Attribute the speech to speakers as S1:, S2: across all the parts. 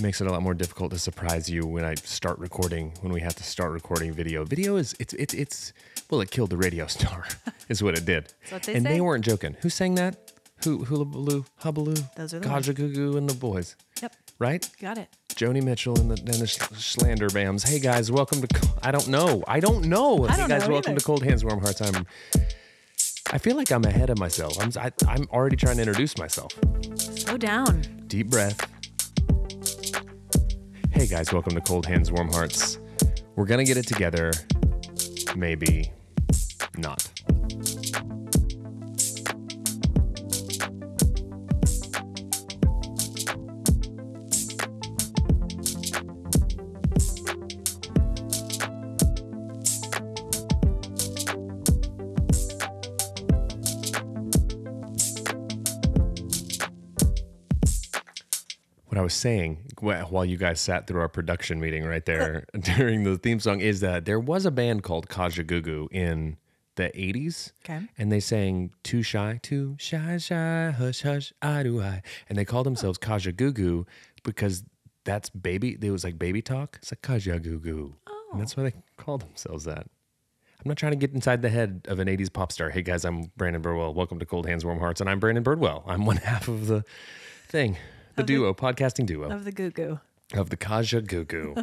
S1: makes it a lot more difficult to surprise you when I start recording when we have to start recording video. Video is it's it's it's well it killed the radio star is what it did.
S2: what they
S1: and
S2: say.
S1: they weren't joking. Who sang that? Who hula baloo, hubaloo,
S2: Those are the ones.
S1: Gajagoo and the boys,
S2: Yep.
S1: right?
S2: Got it.
S1: Joni Mitchell and the, and the Schlander Bams. Hey guys, welcome to. Co- I don't know. I don't know.
S2: don't
S1: hey guys,
S2: know
S1: welcome
S2: either.
S1: to Cold Hands Warm Hearts. I'm. I feel like I'm ahead of myself. I'm. I, I'm already trying to introduce myself.
S2: Slow down.
S1: Deep breath. Hey guys, welcome to Cold Hands Warm Hearts. We're gonna get it together. Maybe not. What I was saying wh- while you guys sat through our production meeting right there during the theme song is that there was a band called Kajagoogoo in the 80s.
S2: Okay.
S1: And they sang Too Shy, Too Shy, Shy, Hush, Hush, I Do I. And they called themselves Kajagoogoo because that's baby. It was like baby talk. It's like Kajagoogoo. Oh. And that's why they called themselves that. I'm not trying to get inside the head of an 80s pop star. Hey guys, I'm Brandon Birdwell. Welcome to Cold Hands, Warm Hearts. And I'm Brandon Birdwell. I'm one half of the thing, the duo, podcasting duo
S2: Of the goo goo.
S1: of the Kaja Goo Goo.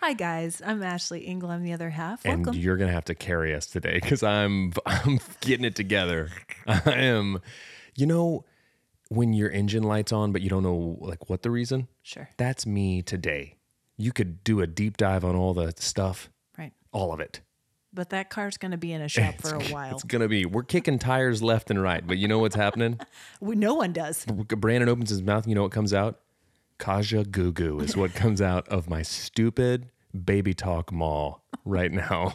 S2: Hi guys, I'm Ashley Engel. I'm the other half.
S1: and
S2: Welcome.
S1: you're going to have to carry us today because I'm, I'm getting it together. I am, you know, when your engine light's on, but you don't know like what the reason,
S2: sure.
S1: that's me today. You could do a deep dive on all the stuff,
S2: Right.
S1: all of it.
S2: But that car's going to be in a shop for a while.
S1: It's going to be, we're kicking tires left and right, but you know what's happening?
S2: We, no one does.
S1: Brandon opens his mouth, and you know what comes out? Kaja Goo Goo is what comes out of my stupid baby talk mall right now.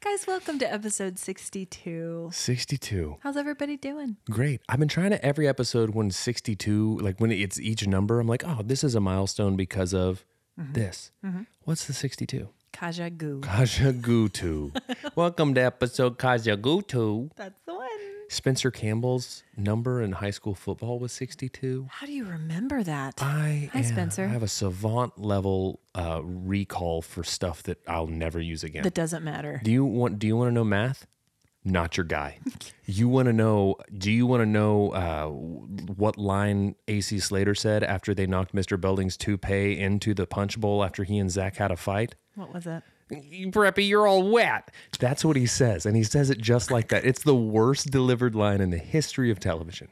S2: Guys, welcome to episode 62.
S1: 62.
S2: How's everybody doing?
S1: Great. I've been trying to every episode when 62, like when it's each number, I'm like, oh, this is a milestone because of this. What's the 62?
S2: Kaja goo.
S1: Kaja Goo Goo. Welcome to episode Kaja Goo Goo.
S2: That's the one.
S1: Spencer Campbell's number in high school football was 62.
S2: How do you remember that?
S1: I
S2: Hi,
S1: am-
S2: Spencer.
S1: I have a savant level uh, recall for stuff that I'll never use again.
S2: that doesn't matter.
S1: do you want? Do you want to know math? Not your guy. you want to know? Do you want to know uh, what line AC Slater said after they knocked Mr. Belding's toupee into the punch bowl after he and Zach had a fight?
S2: What was it?
S1: You preppy, you're all wet. That's what he says, and he says it just like that. It's the worst delivered line in the history of television.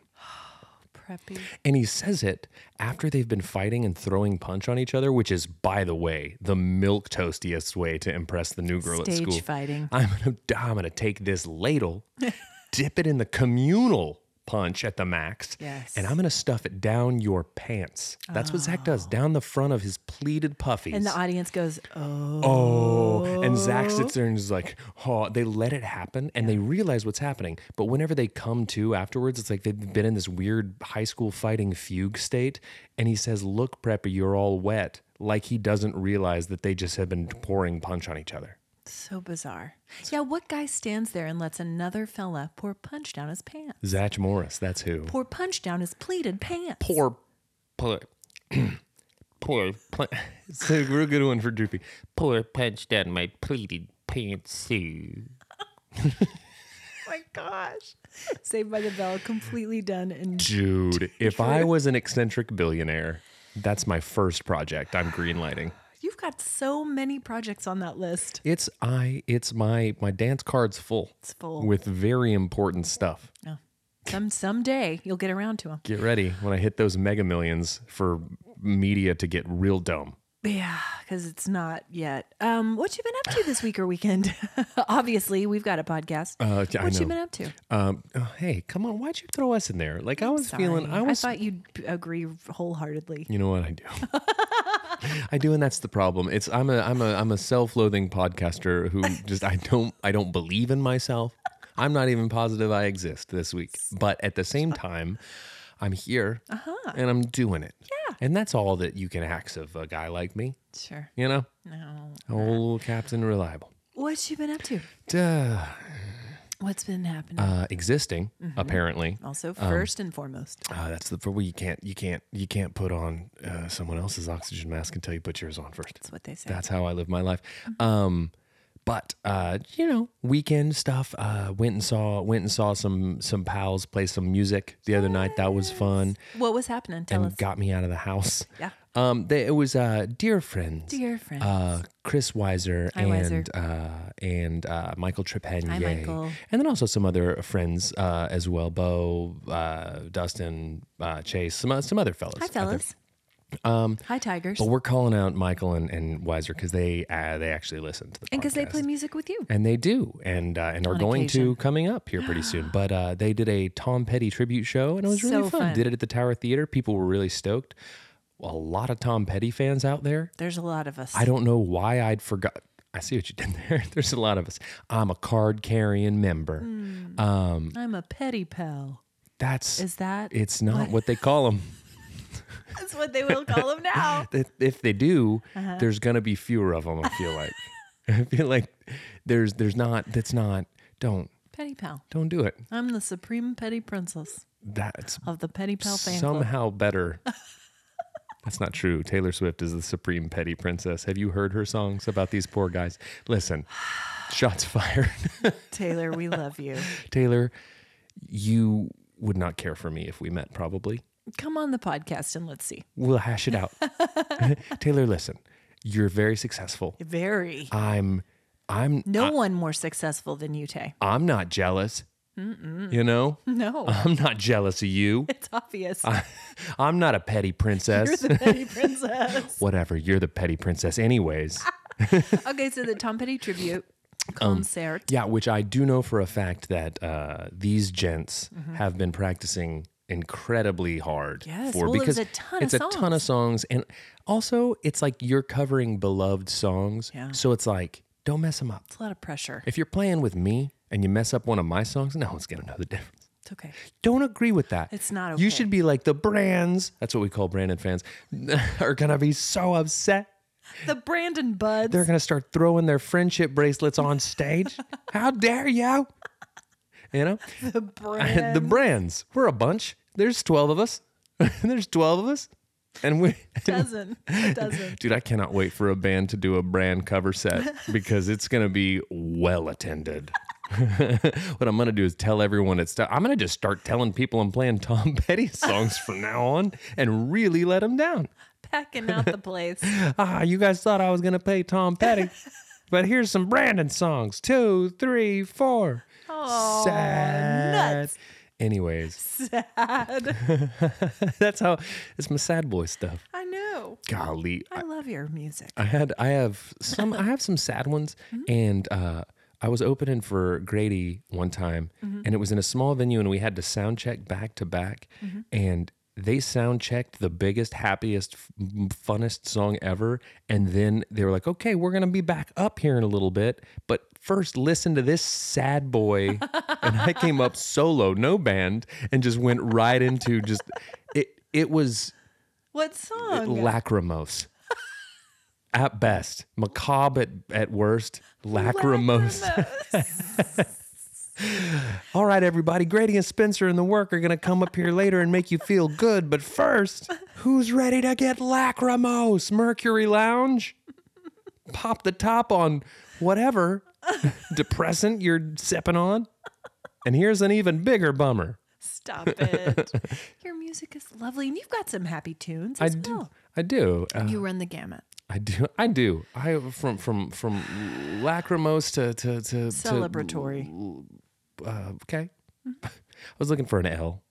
S2: Preppy.
S1: And he says it after they've been fighting and throwing punch on each other, which is, by the way, the milk toastiest way to impress the new girl at
S2: Stage
S1: school.
S2: fighting.
S1: I'm gonna, I'm gonna take this ladle, dip it in the communal punch at the max,
S2: Yes.
S1: and I'm gonna stuff it down your pants. That's what Zach does, down the front of his pleated puffies.
S2: Oh. And the audience goes, oh.
S1: Oh, and Zach sits there and is like, oh, they let it happen and they realize what's happening. But whenever they come to afterwards, it's like they've been in this weird high school fighting fugue state. And he says, look, Preppy, you're all wet. Like he doesn't realize that they just have been pouring punch on each other.
S2: So bizarre. Yeah, what guy stands there and lets another fella pour punch down his pants?
S1: Zach Morris, that's who.
S2: Pour punch down his pleated pants.
S1: Poor, poor, poor. pla- It's a real good one for Droopy.
S3: Poor punch down my pleated pants.
S2: Oh my gosh. Saved by the Bell, completely done. And
S1: Dude, if I was an eccentric billionaire, that's my first project I'm greenlighting.
S2: you've got so many projects on that list.
S1: It's I. It's my my dance card's full.
S2: It's full.
S1: with very important stuff.
S2: Oh. Some someday you'll get around to them.
S1: Get ready when I hit those mega millions for media to get real dumb.
S2: Yeah, because it's not yet. Um, what you been up to this week or weekend? Obviously, we've got a podcast.
S1: Uh, yeah, I
S2: what you
S1: know.
S2: been up to?
S1: Um, oh, hey, come on! Why'd you throw us in there? Like I was feeling.
S2: Sorry.
S1: I was.
S2: thought you'd agree wholeheartedly.
S1: you know what I do. I do, and that's the problem. It's I'm a I'm a I'm a self-loathing podcaster who just I don't I don't believe in myself. I'm not even positive I exist this week. But at the same time, I'm here and I'm doing it. Yeah. And that's all that you can ask of a guy like me.
S2: Sure.
S1: You know,
S2: No.
S1: old Captain Reliable.
S2: What you been up to?
S1: Duh.
S2: What's been happening?
S1: uh, um, existing apparently.
S2: also, first and foremost,
S1: Uh, that's the for where you can't you can't you can't put on uh, someone else's oxygen mask until you put yours on first.
S2: that's what they say.
S1: That's how I live my life. Um, but uh, you know, weekend stuff. Uh, went and saw went and saw some some pals play some music the other night. That was fun
S2: what was happening? Tell
S1: and
S2: us.
S1: got me out of the house.
S2: Yeah.
S1: Um, they, it was uh, dear friends.
S2: Dear friends.
S1: Uh, Chris Weiser
S2: Hi,
S1: and
S2: Weiser.
S1: uh, and uh, Michael Trepanier,
S2: Hi, Michael.
S1: and then also some other friends uh, as well, Bo, uh, Dustin, uh, Chase, some o- some other fellas.
S2: Hi,
S1: out there.
S2: fellas. Um, Hi, tigers.
S1: But we're calling out Michael and, and Weiser because they uh, they actually listen to the
S2: And because they
S1: podcast.
S2: play music with you.
S1: And they do, and uh, and are
S2: On
S1: going to
S2: occasion.
S1: coming up here pretty soon. But uh, they did a Tom Petty tribute show, and it was really
S2: So
S1: fun.
S2: fun.
S1: Did it at the Tower Theater. People were really stoked. A lot of Tom Petty fans out there.
S2: There's a lot of us.
S1: I don't know why I'd forgot. I see what you did there. There's a lot of us. I'm a card carrying member.
S2: Hmm. I'm a petty pal.
S1: That's
S2: Is that?
S1: it's not what, they call them.
S2: That's what they will call them now.
S1: If they do,
S2: Uh-huh.
S1: there's gonna be fewer of them. I feel like. I feel like there's there's not. That's not. Don't
S2: petty pal.
S1: don't do it.
S2: I'm the supreme petty princess
S1: That's
S2: of the petty pal fan club.
S1: somehow better. That's not true. Taylor Swift is the supreme petty princess. Have you heard her songs about these poor guys? Listen, shots fired.
S2: Taylor, we love you.
S1: Taylor, you would not care for me if we met, probably.
S2: Come on the podcast and let's see.
S1: We'll hash it out. Taylor, listen, you're very successful.
S2: Very.
S1: I'm, I'm,
S2: No one more successful than you, Tay.
S1: I'm not jealous. You know,
S2: No,
S1: I'm not jealous of you.
S2: it's obvious.
S1: I'm not a petty princess.
S2: You're the petty princess.
S1: Whatever, you're the petty princess, anyways.
S2: okay, so the Tom Petty tribute concert.
S1: Yeah, which I do know for a fact that uh, these gents have been practicing incredibly hard
S2: Mm-hmm. Yes,
S1: for
S2: well, it
S1: because
S2: was a ton of
S1: it's a ton of songs, and also it's like you're covering beloved songs,
S2: Yeah.
S1: so it's like don't mess them up.
S2: It's a lot of pressure.
S1: If you're playing with me and you mess up one of my songs, no one's gonna know the difference
S2: It's okay.
S1: don't agree with that.
S2: It's not
S1: You
S2: okay.
S1: should be like the brands. That's what we call Brandon fans. are gonna be so upset.
S2: The Brandon Buds.
S1: They're gonna start throwing their friendship bracelets on stage. How dare you? You know,
S2: the brand.
S1: the brands. We're a bunch. There's twelve of us. There's twelve of us, and we.
S2: doesn't. It doesn't.
S1: Dude, I cannot wait for a band to do a brand cover set because it's going to be well attended. what I'm going to do is tell everyone it's. I'm going to just start telling people I'm playing Tom Petty songs from now on and really let them down.
S2: Packing out the place.
S1: Ah, you guys thought I was going to play Tom Petty, but here's some Brandon songs. Two, three, four.
S2: Oh, nuts.
S1: Anyways,
S2: Sad.
S1: that's how it's my sad boy stuff.
S2: I know.
S1: Golly,
S2: I love your music.
S1: I had I have some I have some sad ones and uh I was opening for Grady one time and it was in a small venue and we had to sound check back to back and they sound checked the biggest happiest f- m- funnest song ever and then they were like okay we're going to be back up here in a little bit but first listen to this sad boy and I came up solo no band and just went right into just it it was
S2: What song?
S1: lacrimose at best macabre at, at worst lacrimose all right everybody grady and spencer and the work are gonna come up here later and make you feel good but first who's ready to get lacrimose mercury lounge pop the top on whatever depressant you're sipping on and here's an even bigger bummer
S2: Stop it. Your music is lovely, and you've got some happy tunes as
S1: i do
S2: well.
S1: i do Uh,
S2: You run the gamut.
S1: I do. I do. I from from from lacrimose to to to, to
S2: Celebratory.
S1: uh, okay. I was looking for an L.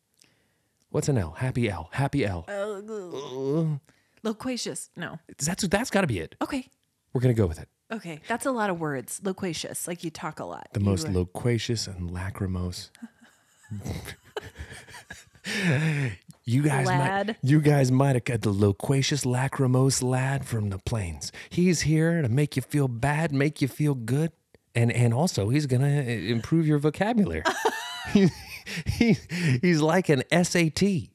S1: What's an L? Happy L. Happy L.
S2: Loquacious. No.
S1: That's that's got to be it.
S2: Okay.
S1: We're gonna go with it.
S2: Okay. That's a lot of words. Loquacious. Like you talk a lot.
S1: The most loquacious and lacrimose. you guys might
S2: Lad.
S1: you guys might have got the loquacious lacrimose lad from the plains. He's here to make you feel bad, make you feel good, and and also he's gonna i- improve your vocabulary. he, he- he's like an SAT.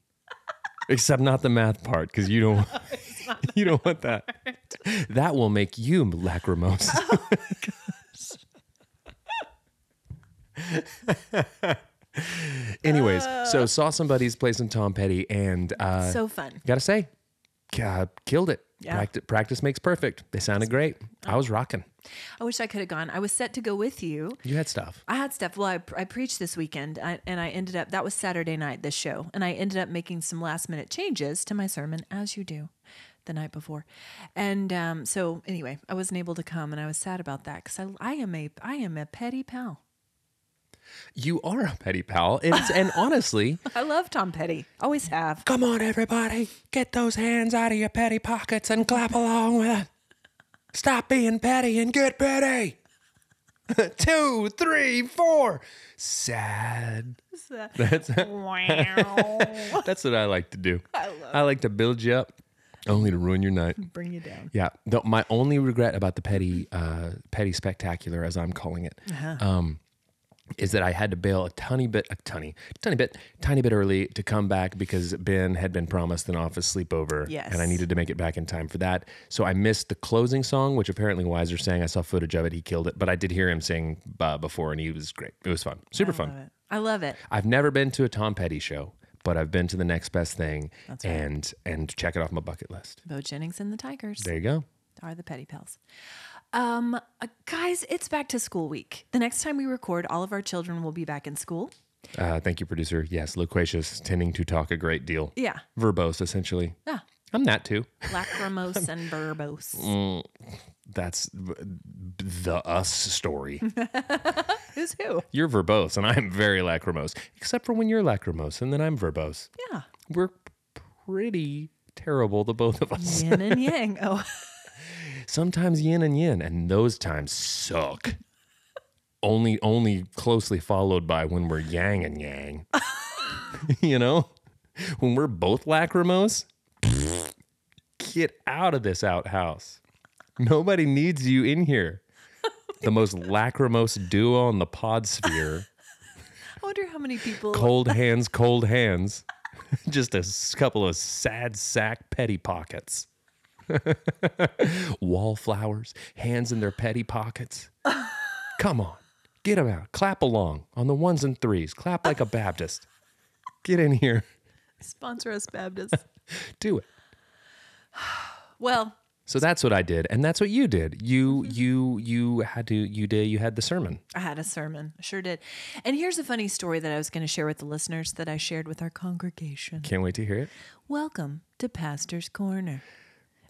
S1: Except not the math part, because you don't you don't want that. That will make you lacrimose. Anyways, so saw somebody's play some Tom Petty and uh,
S2: so fun.
S1: gotta say, God, killed it.
S2: Yeah.
S1: Practice, practice makes perfect. They sounded great. I was rocking.
S2: I wish I could have gone. I was set to go with you.
S1: You had stuff.
S2: I had stuff. Well, I, I preached this weekend, I, and I ended up that was Saturday night. This show, and I ended up making some last minute changes to my sermon, as you do, the night before. And um, so, anyway, I wasn't able to come, and I was sad about that because I, I am a I am a petty pal.
S1: You are a petty pal. It's, and honestly,
S2: I love Tom Petty. Always have.
S1: come on, everybody, get those hands out of your petty pockets and clap along with it. Stop being petty and get petty. Two, three, four. Sad. That's, that's what I like to do. I, like to build you up, only to ruin your night.
S2: Bring you down.
S1: Yeah. The, my only regret about the petty, uh, petty spectacular, as I'm calling it, um, is that I had to bail a tiny bit, a tiny, tiny bit, tiny bit early to come back because Ben had been promised an office sleepover,
S2: Yes.
S1: and I needed to make it back in time for that. So I missed the closing song, which apparently Wiser sang. I saw footage of it; he killed it. But I did hear him sing uh, before, and he was great. It was fun, super fun.
S2: Love it. I love it.
S1: I've never been to a Tom Petty show, but I've been to the next best thing, and and check it off my bucket list.
S2: Bo Jennings and the Tigers.
S1: There you go.
S2: are the petty pals. Um, uh, guys, it's back to school week. The next time we record, all of our children will be back in school.
S1: Uh, thank you, producer. Yes, loquacious, tending to talk a great deal.
S2: Yeah.
S1: Verbose, essentially.
S2: Yeah.
S1: I'm that too.
S2: Lacrimose and verbose.
S1: Mm. That's v- the us story.
S2: Who's who?
S1: you're verbose, and I'm very lachrymose, except for when you're lachrymose, and then I'm verbose.
S2: Yeah.
S1: We're pretty terrible, the both of us.
S2: Yin and yang. Oh,
S1: Sometimes yin and yin, and those times suck. only, only closely followed by when we're yang and yang. you know, when we're both lachrymose, get out of this outhouse. Nobody needs you in here. The most lachrymose duo on the pod sphere.
S2: I wonder how many people.
S1: Cold hands, cold hands. Just a s- couple of sad sack petty pockets. Wallflowers, hands in their petty pockets. Come on, get them out. Clap along on the ones and threes. Clap like a Baptist. Get in here.
S2: Sponsor us, Baptist.
S1: Do it.
S2: well,
S1: So that's what I did, and that's what you did. You you you had to you did you had the sermon.
S2: I had a sermon. I sure did. And here's a funny story that I was going to share with the listeners that I shared with our congregation.
S1: Can't wait to hear it.
S2: Welcome to Pastor's Corner,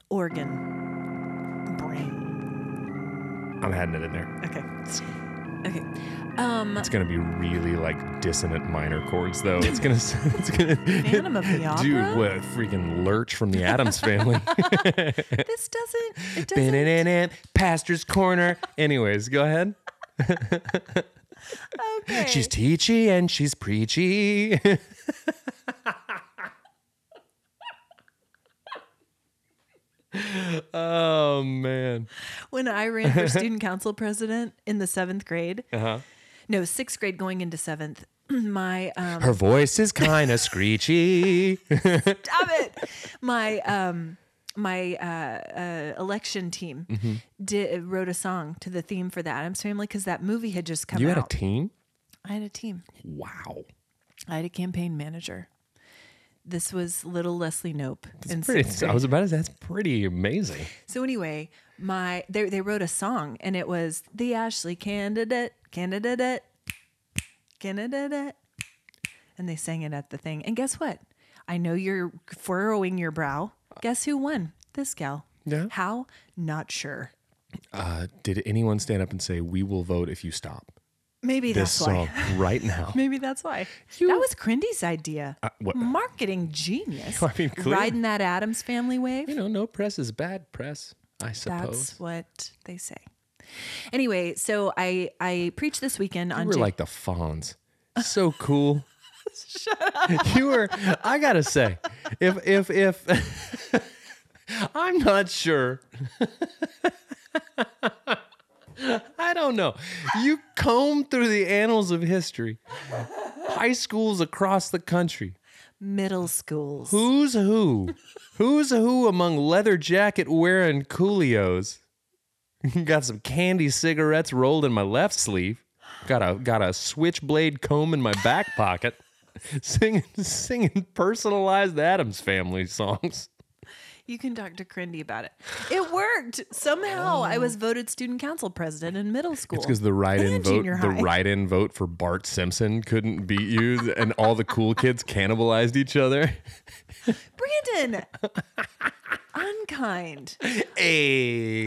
S2: organ. Brain.
S1: I'm adding it in there.
S2: Okay. Okay. Um,
S1: It's gonna be really like dissonant minor chords though. It's gonna s- it's gonna
S2: Phantom of the Opera.
S1: Dude, what a freaking lurch from the Adams family.
S2: This doesn't. It doesn't.
S1: Ba-na-na-na, Pastor's corner. Anyways, go ahead.
S2: okay.
S1: She's teachy and she's preachy. oh man.
S2: when I ran for student council president in the seventh grade.
S1: Uh-huh.
S2: No, sixth grade going into seventh. My um,
S1: Her voice is kind of screechy.
S2: stop it. My um, my uh, uh, election team
S1: Mm-hmm.
S2: di- wrote a song to the theme for the Adams Family because that movie had just come
S1: You had a
S2: out.
S1: team?
S2: I had a team.
S1: Wow.
S2: I had a campaign manager. This was little Leslie Nope. in sixth
S1: Pretty, I was about to say that's pretty amazing.
S2: So anyway, my they they wrote a song and it was the Ashley candidate, candidate, candidate, and they sang it at the thing. And guess what? I know you're furrowing your brow. Guess who won? This gal.
S1: Yeah.
S2: How? Not sure.
S1: Uh, did anyone stand up and say, We will vote if you stop
S2: Maybe
S1: this
S2: that's
S1: song
S2: why.
S1: right now?
S2: Maybe that's why. that was Crindy's idea.
S1: Uh, what-
S2: Marketing genius.
S1: I mean, clear-
S2: Riding that Adams family wave.
S1: You know, no press is bad press, I
S2: That's
S1: suppose.
S2: what they say. Anyway, so I I preached this weekend on
S1: you were
S2: Jan-
S1: like the Fonz. So cool. Shut up. You were I gotta say, if if if I'm not sure. I don't know. You comb through the annals of history. High schools across the country.
S2: middle schools.
S1: Who's who? Who's who among leather jacket wearing coolios? Got some candy cigarettes rolled in my left sleeve. Got a got a switchblade comb in my back pocket. singing singing personalized Adams Family songs.
S2: You can talk to Crindy about it. It worked. Somehow I was voted student council president in middle school.
S1: Oh. It's because the write-in
S2: And
S1: vote,
S2: junior
S1: the
S2: high.
S1: write-in vote for Bart Simpson couldn't beat you, and all the cool kids cannibalized each other.
S2: Brandon, unkind.
S1: Hey,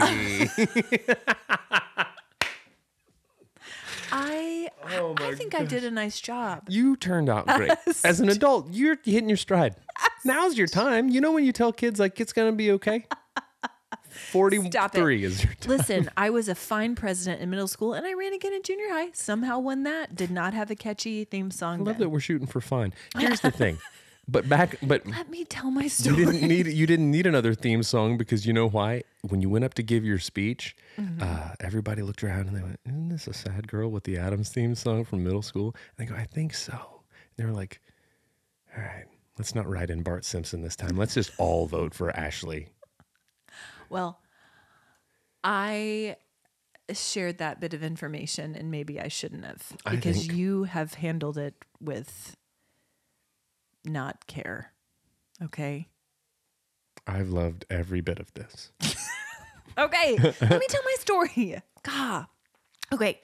S2: I
S1: Oh
S2: I think I did a nice job.
S1: you turned out great. As an adult, you're hitting your stride. Now's your time. You know when you tell kids like it's gonna be okay. Forty-three is your time.
S2: Listen, I was a fine president in middle school, and I ran again in junior high. Somehow won that. Did not have a catchy theme song.
S1: I love
S2: then.
S1: that we're shooting for fun. Here's the thing, but back, but
S2: Let me tell my
S1: you
S2: story.
S1: didn't need you didn't need another theme song because you know why? When you went up to give your speech, uh, everybody looked around and they went, "Isn't this a sad girl with the Adams theme song from middle school?" And they go, "I think so." And they were like, "All right, let's not write in Bart Simpson this time. Let's just all vote for Ashley."
S2: Well, I shared that bit of information, and maybe I shouldn't have
S1: I
S2: because
S1: think-
S2: you have handled it with not care. Okay.
S1: I've loved every bit of this.
S2: Okay, let me tell my story. God. Okay.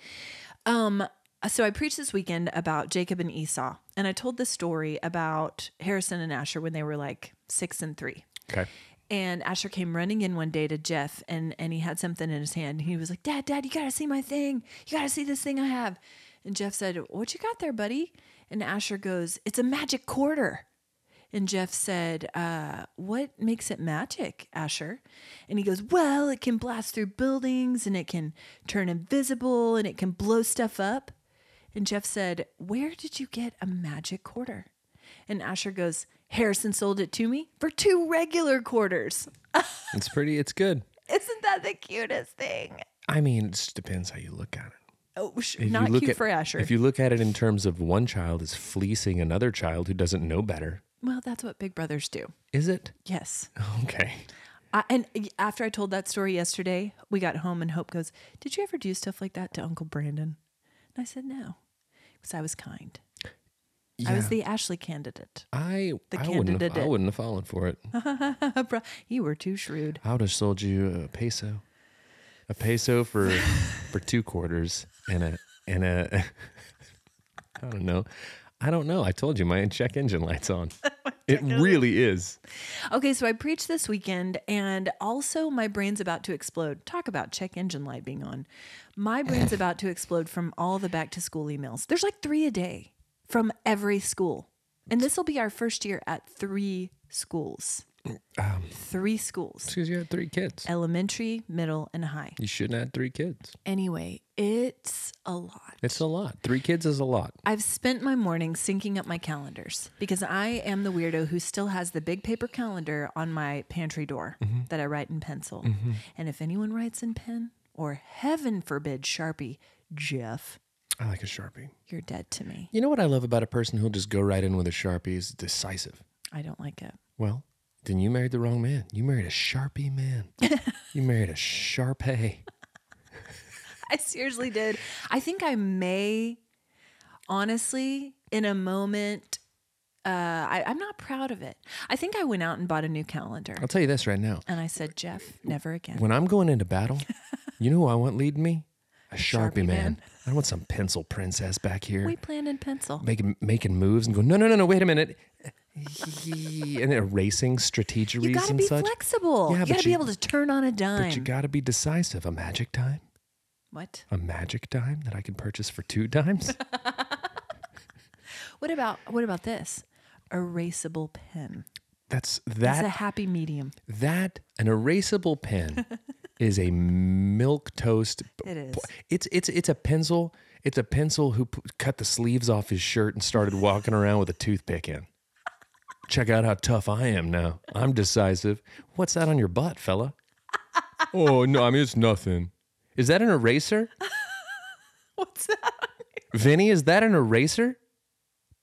S2: Um so I preached this weekend about Jacob and Esau, and I told this story about Harrison and Asher when they were like 6 and 3.
S1: Okay,
S2: And Asher came running in one day to Jeff and and he had something in his hand. He was like, "Dad, dad, you got to see my thing. You got to see this thing I have." And Jeff said, "What you got there, buddy?" And Asher goes, "It's a magic quarter." And Jeff said, uh, What makes it magic, Asher? And he goes, Well, it can blast through buildings and it can turn invisible and it can blow stuff up. And Jeff said, Where did you get a magic quarter? And Asher goes, Harrison sold it to me for two regular quarters.
S1: it's pretty. It's good.
S2: Isn't that the cutest thing?
S1: I mean, it just depends how you look at it.
S2: Oh, sh-
S1: If you
S2: not
S1: look
S2: cute
S1: at-
S2: for Asher.
S1: If you look at it in terms of one child is fleecing another child who doesn't know better,
S2: well, that's what big brothers do.
S1: is it?
S2: Yes.
S1: Okay.
S2: I, and after I told that story yesterday, we got home and Hope goes, Did you ever do stuff like that to Uncle Brandon? And I said, No, because I was kind. I was the Ashley candidate.
S1: I,
S2: the
S1: I, wouldn't have, I
S2: candidate.
S1: wouldn't have fallen for it.
S2: Bruh, you were too shrewd.
S1: I would have sold you a peso, a peso for for two quarters and a and a. I don't know. I don't know. I told you my check engine light's on. It really is.
S2: Okay, so I preached this weekend, and also my brain's about to explode. Talk about check engine light being on. My brain's about to explode from all the back to school emails. There's like three a day from every school. And this will be our first year at three schools. three schools
S1: Because you had three kids.
S2: elementary, middle, and high.
S1: You shouldn't have three kids.
S2: Anyway, it's a lot.
S1: It's a lot. Three kids is a lot.
S2: I've spent my morning syncing up my calendars because I am the weirdo who still has the big paper calendar on my pantry door that I write in pencil. And if anyone writes in pen or heaven forbid Sharpie, Jeff,
S1: I like a sharpie.
S2: you're dead to me.
S1: You know what I love about a person who'll just go right in with a sharpie is decisive.
S2: I don't like it.
S1: Well, then you married the wrong man. You married a sharpie man. you married a sharpay.
S2: I seriously did. I think I may, honestly, in a moment, uh, I, I'm not proud of it. I think I went out and bought a new calendar.
S1: I'll tell you this right now.
S2: And I said, Jeff, never again.
S1: When I'm going into battle, you know who I want leading me? A Sharpie,
S2: Sharpie
S1: man.
S2: man.
S1: I don't want some pencil princess back here
S2: We planned in pencil.
S1: making making moves and going, no, no, no, no, wait a minute. and erasing strategies
S2: You got to
S1: and
S2: be
S1: such.
S2: flexible.
S1: Yeah,
S2: you
S1: but
S2: got to be
S1: you-
S2: able to turn on a dime.
S1: But you got to be decisive. A magic dime?
S2: what?
S1: A magic dime that I can purchase for two dimes?
S2: What about what about this? Erasable pen.
S1: That's
S2: That's
S1: that
S2: a happy medium.
S1: that an erasable pen is a milk toast
S2: It is.
S1: it's it's it's a pencil it's a pencil who p- cut the sleeves off his shirt and started walking around with a toothpick in check out how tough i am now i'm decisive what's that on your butt fella oh no i mean it's nothing is that an eraser
S2: What's that?
S1: vinny is that an eraser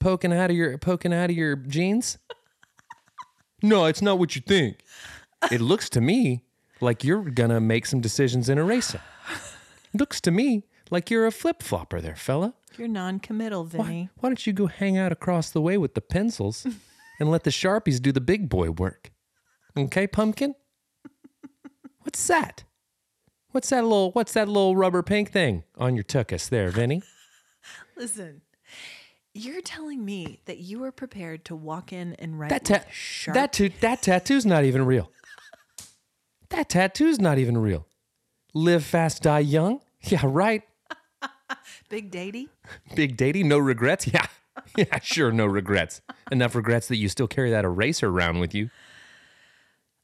S1: poking out of your poking out of your jeans no it's not what you think it looks to me like you're gonna make some decisions in eraser looks to me Like you're a flip flopper there, fella.
S2: You're non-committal, Vinny.
S1: Why, why don't you go hang out across the way with the pencils and let the Sharpies do the big boy work? Okay, pumpkin? What's that? What's that little what's that little rubber pink thing on your tuchus there, Vinny?
S2: Listen, you're telling me that you are prepared to walk in and write
S1: That ta-
S2: with sharp.
S1: that ta- that tattoo's not even real. That tattoo's not even real. Live fast, die young. Yeah, right.
S2: big datey.
S1: Big dating, no regrets. Yeah, yeah, sure, no regrets. Enough regrets that you still carry that eraser around with you.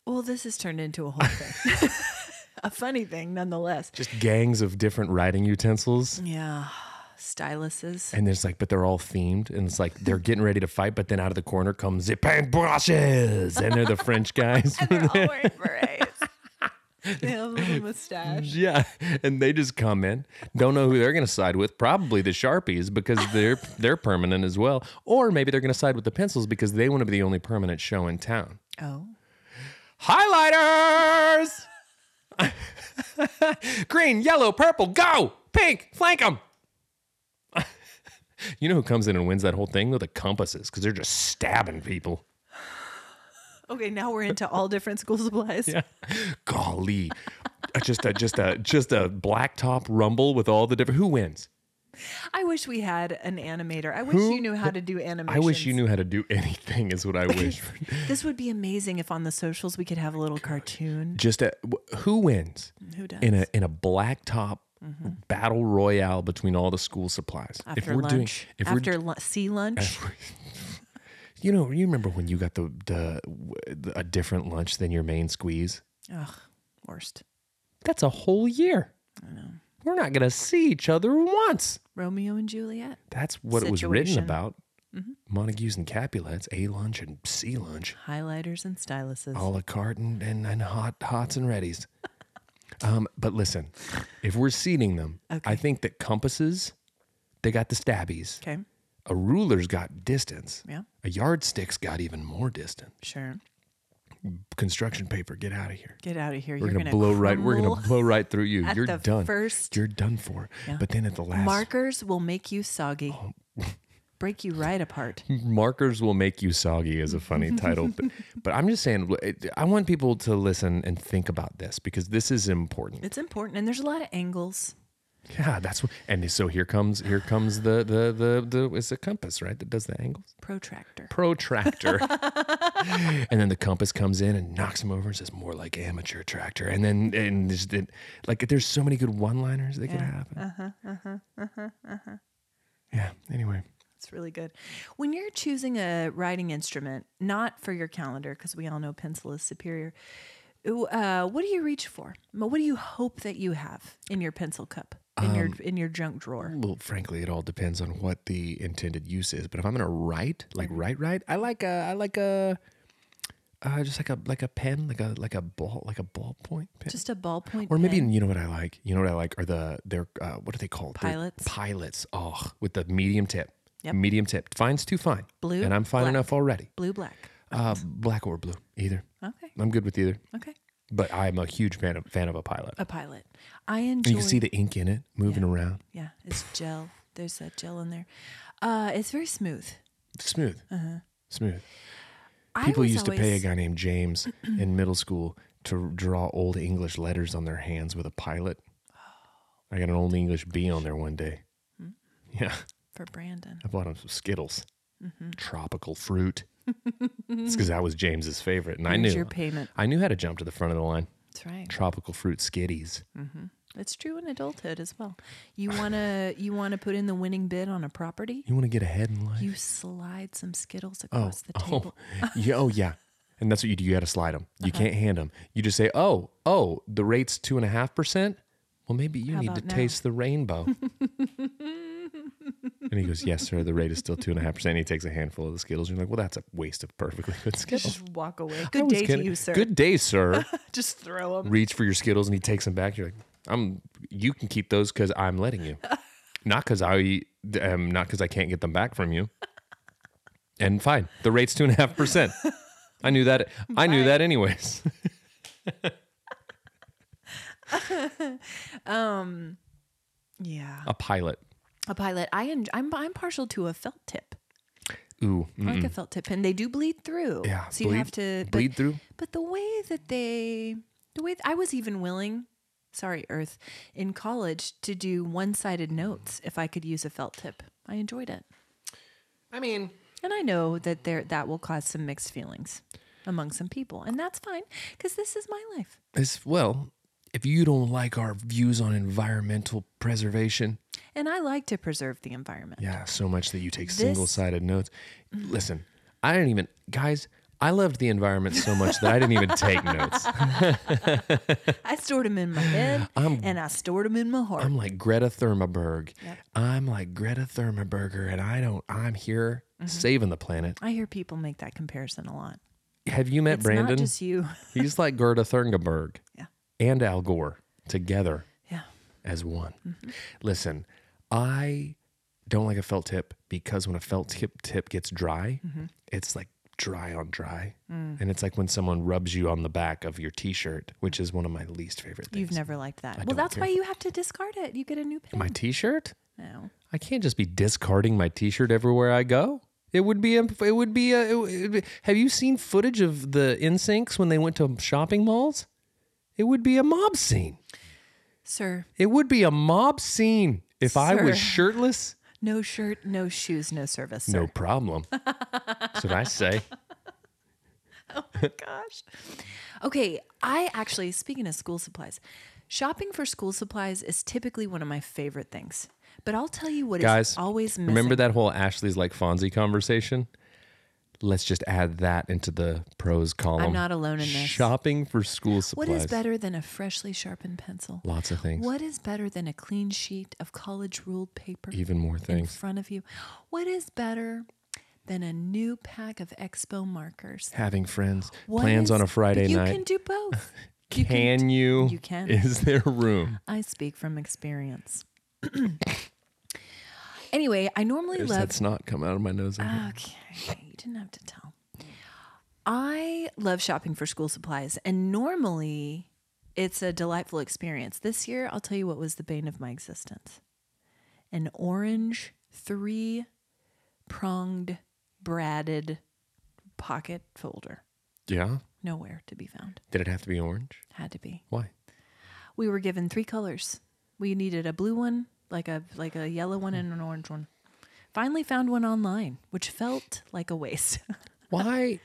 S2: Well, this has turned into a whole thing. a funny thing, nonetheless.
S1: Just gangs of different writing utensils,
S2: Yeah, styluses.
S1: and there's like, but they're all themed, and it's like they're getting ready to fight, but then out of the corner comes the paintbrushes, and they're the French guys.
S2: They're all wearing berets. they have a little mustache.
S1: Yeah, and they just come in, don't know who they're going to side with. Probably the Sharpies because they're they're permanent as well, or maybe they're going to side with the pencils because they want to be the only permanent show in town.
S2: Oh,
S1: Highlighters, green, yellow, purple, go pink, flank them. you know who comes in and wins that whole thing? though? the compasses because they're just stabbing people.
S2: okay. Now we're into all different school supplies.
S1: Yeah. Golly. Uh, Just a just a just a blacktop rumble with all the different. Who wins?
S2: I wish we had an animator. I wish you knew how to do animation.
S1: I wish you knew how to do anything. Is what I wish.
S2: This would be amazing if on the socials we could have a little cartoon.
S1: Just a, wh- who wins
S2: Who does? Mm-hmm.
S1: in a in a blacktop battle royale between all the school supplies?
S2: after lunch,
S1: if
S2: after
S1: we're,
S2: lu- sea lunch,
S1: you know, you remember when you got the, the the a different lunch than your main squeeze?
S2: ugh, worst.
S1: That's a whole year. We're not gonna see each other once.
S2: Romeo and Juliet.
S1: That's what it was written
S2: Situation. Mm-hmm.
S1: about. Montagues and Capulets, A lunch and C lunch.
S2: Highlighters and styluses.
S1: a la carte and, and, and hot hots and readies. Um, but listen, if we're seating them, I think that compasses, they got the stabbies.
S2: Okay.
S1: A ruler's got distance.
S2: Yeah.
S1: A yardstick's got even more distance.
S2: Sure.
S1: Construction paper, get out of here.
S2: Get out of here.
S1: We're
S2: You're
S1: gonna, blow right. We're
S2: crumble.
S1: gonna blow right through you.
S2: at
S1: You're
S2: the
S1: done.
S2: first-
S1: You're done for. But then at the last, Oh.
S2: Markers will make you soggy. Break you right apart.
S1: markers will make you soggy is a funny title but, but i'm just saying it- i want people to listen and think about this because this is important
S2: It's important, and there's a lot of angles.
S1: Yeah, that's what. And so here comes here comes the the the the it's a compass, right? That does the angles.
S2: Protractor.
S1: Protractor. and then the compass comes in and knocks him over and says more like amateur tractor. And then and there's the- like there's so many good one-liners that could happen. Uh-huh, uh-huh, uh-huh, uh-huh. Yeah, anyway.
S2: It's really good. When you're choosing a writing instrument, not for your calendar, because we all know pencil is superior. ooh, Uh, what do you reach for? Mo- What do you hope that you have in your pencil cup, in your
S1: Um,
S2: in your junk drawer?
S1: Well, frankly, it all depends on what the intended use is. But if I'm gonna write, like write, write, I like a, I like a, uh, just like a, like a pen, like a, like a ball, like a ballpoint pen.
S2: Just a ballpoint.
S1: Or maybe
S2: pen?
S1: you know what I like. You know what I like are the they're uh, what are they called? They're
S2: Pilots.
S1: pilots. Oh, with the medium tip.
S2: Yep.
S1: Medium tip. Fine's too fine.
S2: Blue,
S1: And I'm fine
S2: black.
S1: enough already.
S2: blue black.
S1: Uh, black or blue, either.
S2: Okay.
S1: I'm good with either.
S2: Okay.
S1: But I'm a huge fan of, fan of a pilot.
S2: A pilot. I enjoy.
S1: You can see the ink in it moving around.
S2: Yeah, it's gel. There's that gel in there. Uh, it's very smooth.
S1: Smooth. Smooth.
S2: Uh-huh. I
S1: People
S2: was
S1: used to pay a
S2: always-
S1: guy named James in middle school to draw old English letters on their hands with a pilot.
S2: Oh.
S1: I got an old English B on there one day.
S2: Hmm.
S1: Yeah.
S2: for Brandon.
S1: I bought him some Skittles,
S2: Mm-hmm.
S1: tropical fruit. it's because that was James's favorite, and I knew
S2: Here's your payment.
S1: I knew how to jump to the front of the line.
S2: That's right.
S1: Tropical fruit skitties.
S2: Mm. It's true in adulthood as well. You wanna you wanna put in the winning bid on a property?
S1: You want to get ahead in life?
S2: You slide some Skittles across the
S1: oh,
S2: table. Uh-huh.
S1: yeah, oh yeah. And that's what you do. You got to slide them. You can't hand them. You just say, "Oh, oh, the rate's two and a half percent. Well, maybe you
S2: How
S1: need to
S2: about now?"
S1: taste the rainbow." and he goes, "Yes, sir. The rate is still two and a half percent." He takes a handful of the Skittles. You're like, "Well, that's a waste of perfectly good Skittles."
S2: Just walk away.
S1: I
S2: Good
S1: was
S2: day to
S1: kidding.
S2: you, sir.
S1: Good day, sir.
S2: Just throw them.
S1: reach for your Skittles and he takes them back. You're like, I'm. You can keep those because I'm letting you, not because I am not because I can't get them back from you. And fine, the rate's two and a half percent. I knew that. I knew that anyways.
S2: Yeah.
S1: A pilot.
S2: A pilot. I am. I'm. I'm partial to a felt tip.
S1: Ooh. mm,
S2: I Like a felt tip, and they do bleed through.
S1: Mm-hmm. Yeah,
S2: So you
S1: bleed-
S2: have to but-
S1: bleed through.
S2: But the way that they, the way I was even willing, sorry Earth, in college to do one-sided notes if I could use a felt tip. I enjoyed it,
S1: I mean,
S2: and I know that there that will cause some mixed feelings among some people, and that's fine because this is my life.
S1: it's, well, if you don't like our views on environmental preservation,
S2: And I like to preserve the environment.
S1: Yeah, so much that you take
S2: This- Mm.
S1: single sided notes. Listen, I didn't even, guys, I loved the environment so much that I didn't even take notes.
S2: I stored them in my head, and I stored them in my heart.
S1: I'm like Greta Thunberg.
S2: Yep.
S1: I'm like Greta Thunberger, and I don't, I'm here
S2: Mm-hmm.
S1: saving the planet.
S2: I hear people make that comparison a lot.
S1: Have you met
S2: It's
S1: Brandon?
S2: not just you.
S1: He's like Greta Thunberg
S2: Yeah.
S1: and Al Gore together
S2: Yeah.
S1: as one. Listen, I don't like a felt tip because when a felt tip tip gets dry, it's like dry on dry.
S2: Mm.
S1: And it's like when someone rubs you on the back of your t-shirt, which is one of my least favorite things.
S2: You've never liked that. well,
S1: don't
S2: that's
S1: care
S2: why you have to discard it. You get a new pen.
S1: my t-shirt?
S2: no.
S1: I can't just be discarding my t-shirt everywhere I go. It would be imp- it would be a, it would- it would be, Have you seen footage of the NSYNCs when they went to shopping malls? It would be a mob scene.
S2: Sir,
S1: It would be a mob scene if I was
S2: Sir.
S1: shirtless.
S2: no shirt, no shoes, no service. Sir.
S1: No problem. That's what I say.
S2: Gosh. Okay, I actually, speaking of school supplies, shopping for school supplies is typically one of my favorite things. But I'll tell you what is
S1: Guys,
S2: always missing.
S1: Remember that whole Ashley's like Fonzie conversation? Let's just add that into the pros column.
S2: I'm not alone in this.
S1: Shopping for school supplies.
S2: What is better than a freshly sharpened pencil?
S1: Lots of things.
S2: What is better than a clean sheet of college ruled paper?
S1: Even more
S2: in
S1: things.
S2: front of you. What is better than a new pack of Expo markers?
S1: Having friends.
S2: What
S1: plans
S2: is-
S1: on a
S2: but
S1: Friday
S2: you
S1: night.
S2: can do both.
S1: can, you?
S2: you can.
S1: Is there room?
S2: I speak from experience. anyway, I normally
S1: Does
S2: love Ah.
S1: that snot come out of my nose? again?
S2: Okay, you didn't have to tell. I love shopping for school supplies, and normally it's a delightful experience. This year, I'll tell you what was the bane of my existence an orange three pronged, braided pocket folder.
S1: yeah.
S2: Nowhere to be found.
S1: Did it have to be orange?
S2: Had to be.
S1: Why?
S2: We were given three colors. We needed a blue one, like a like a yellow one, and an orange one. Finally found one online, which felt like a waste.
S1: Why?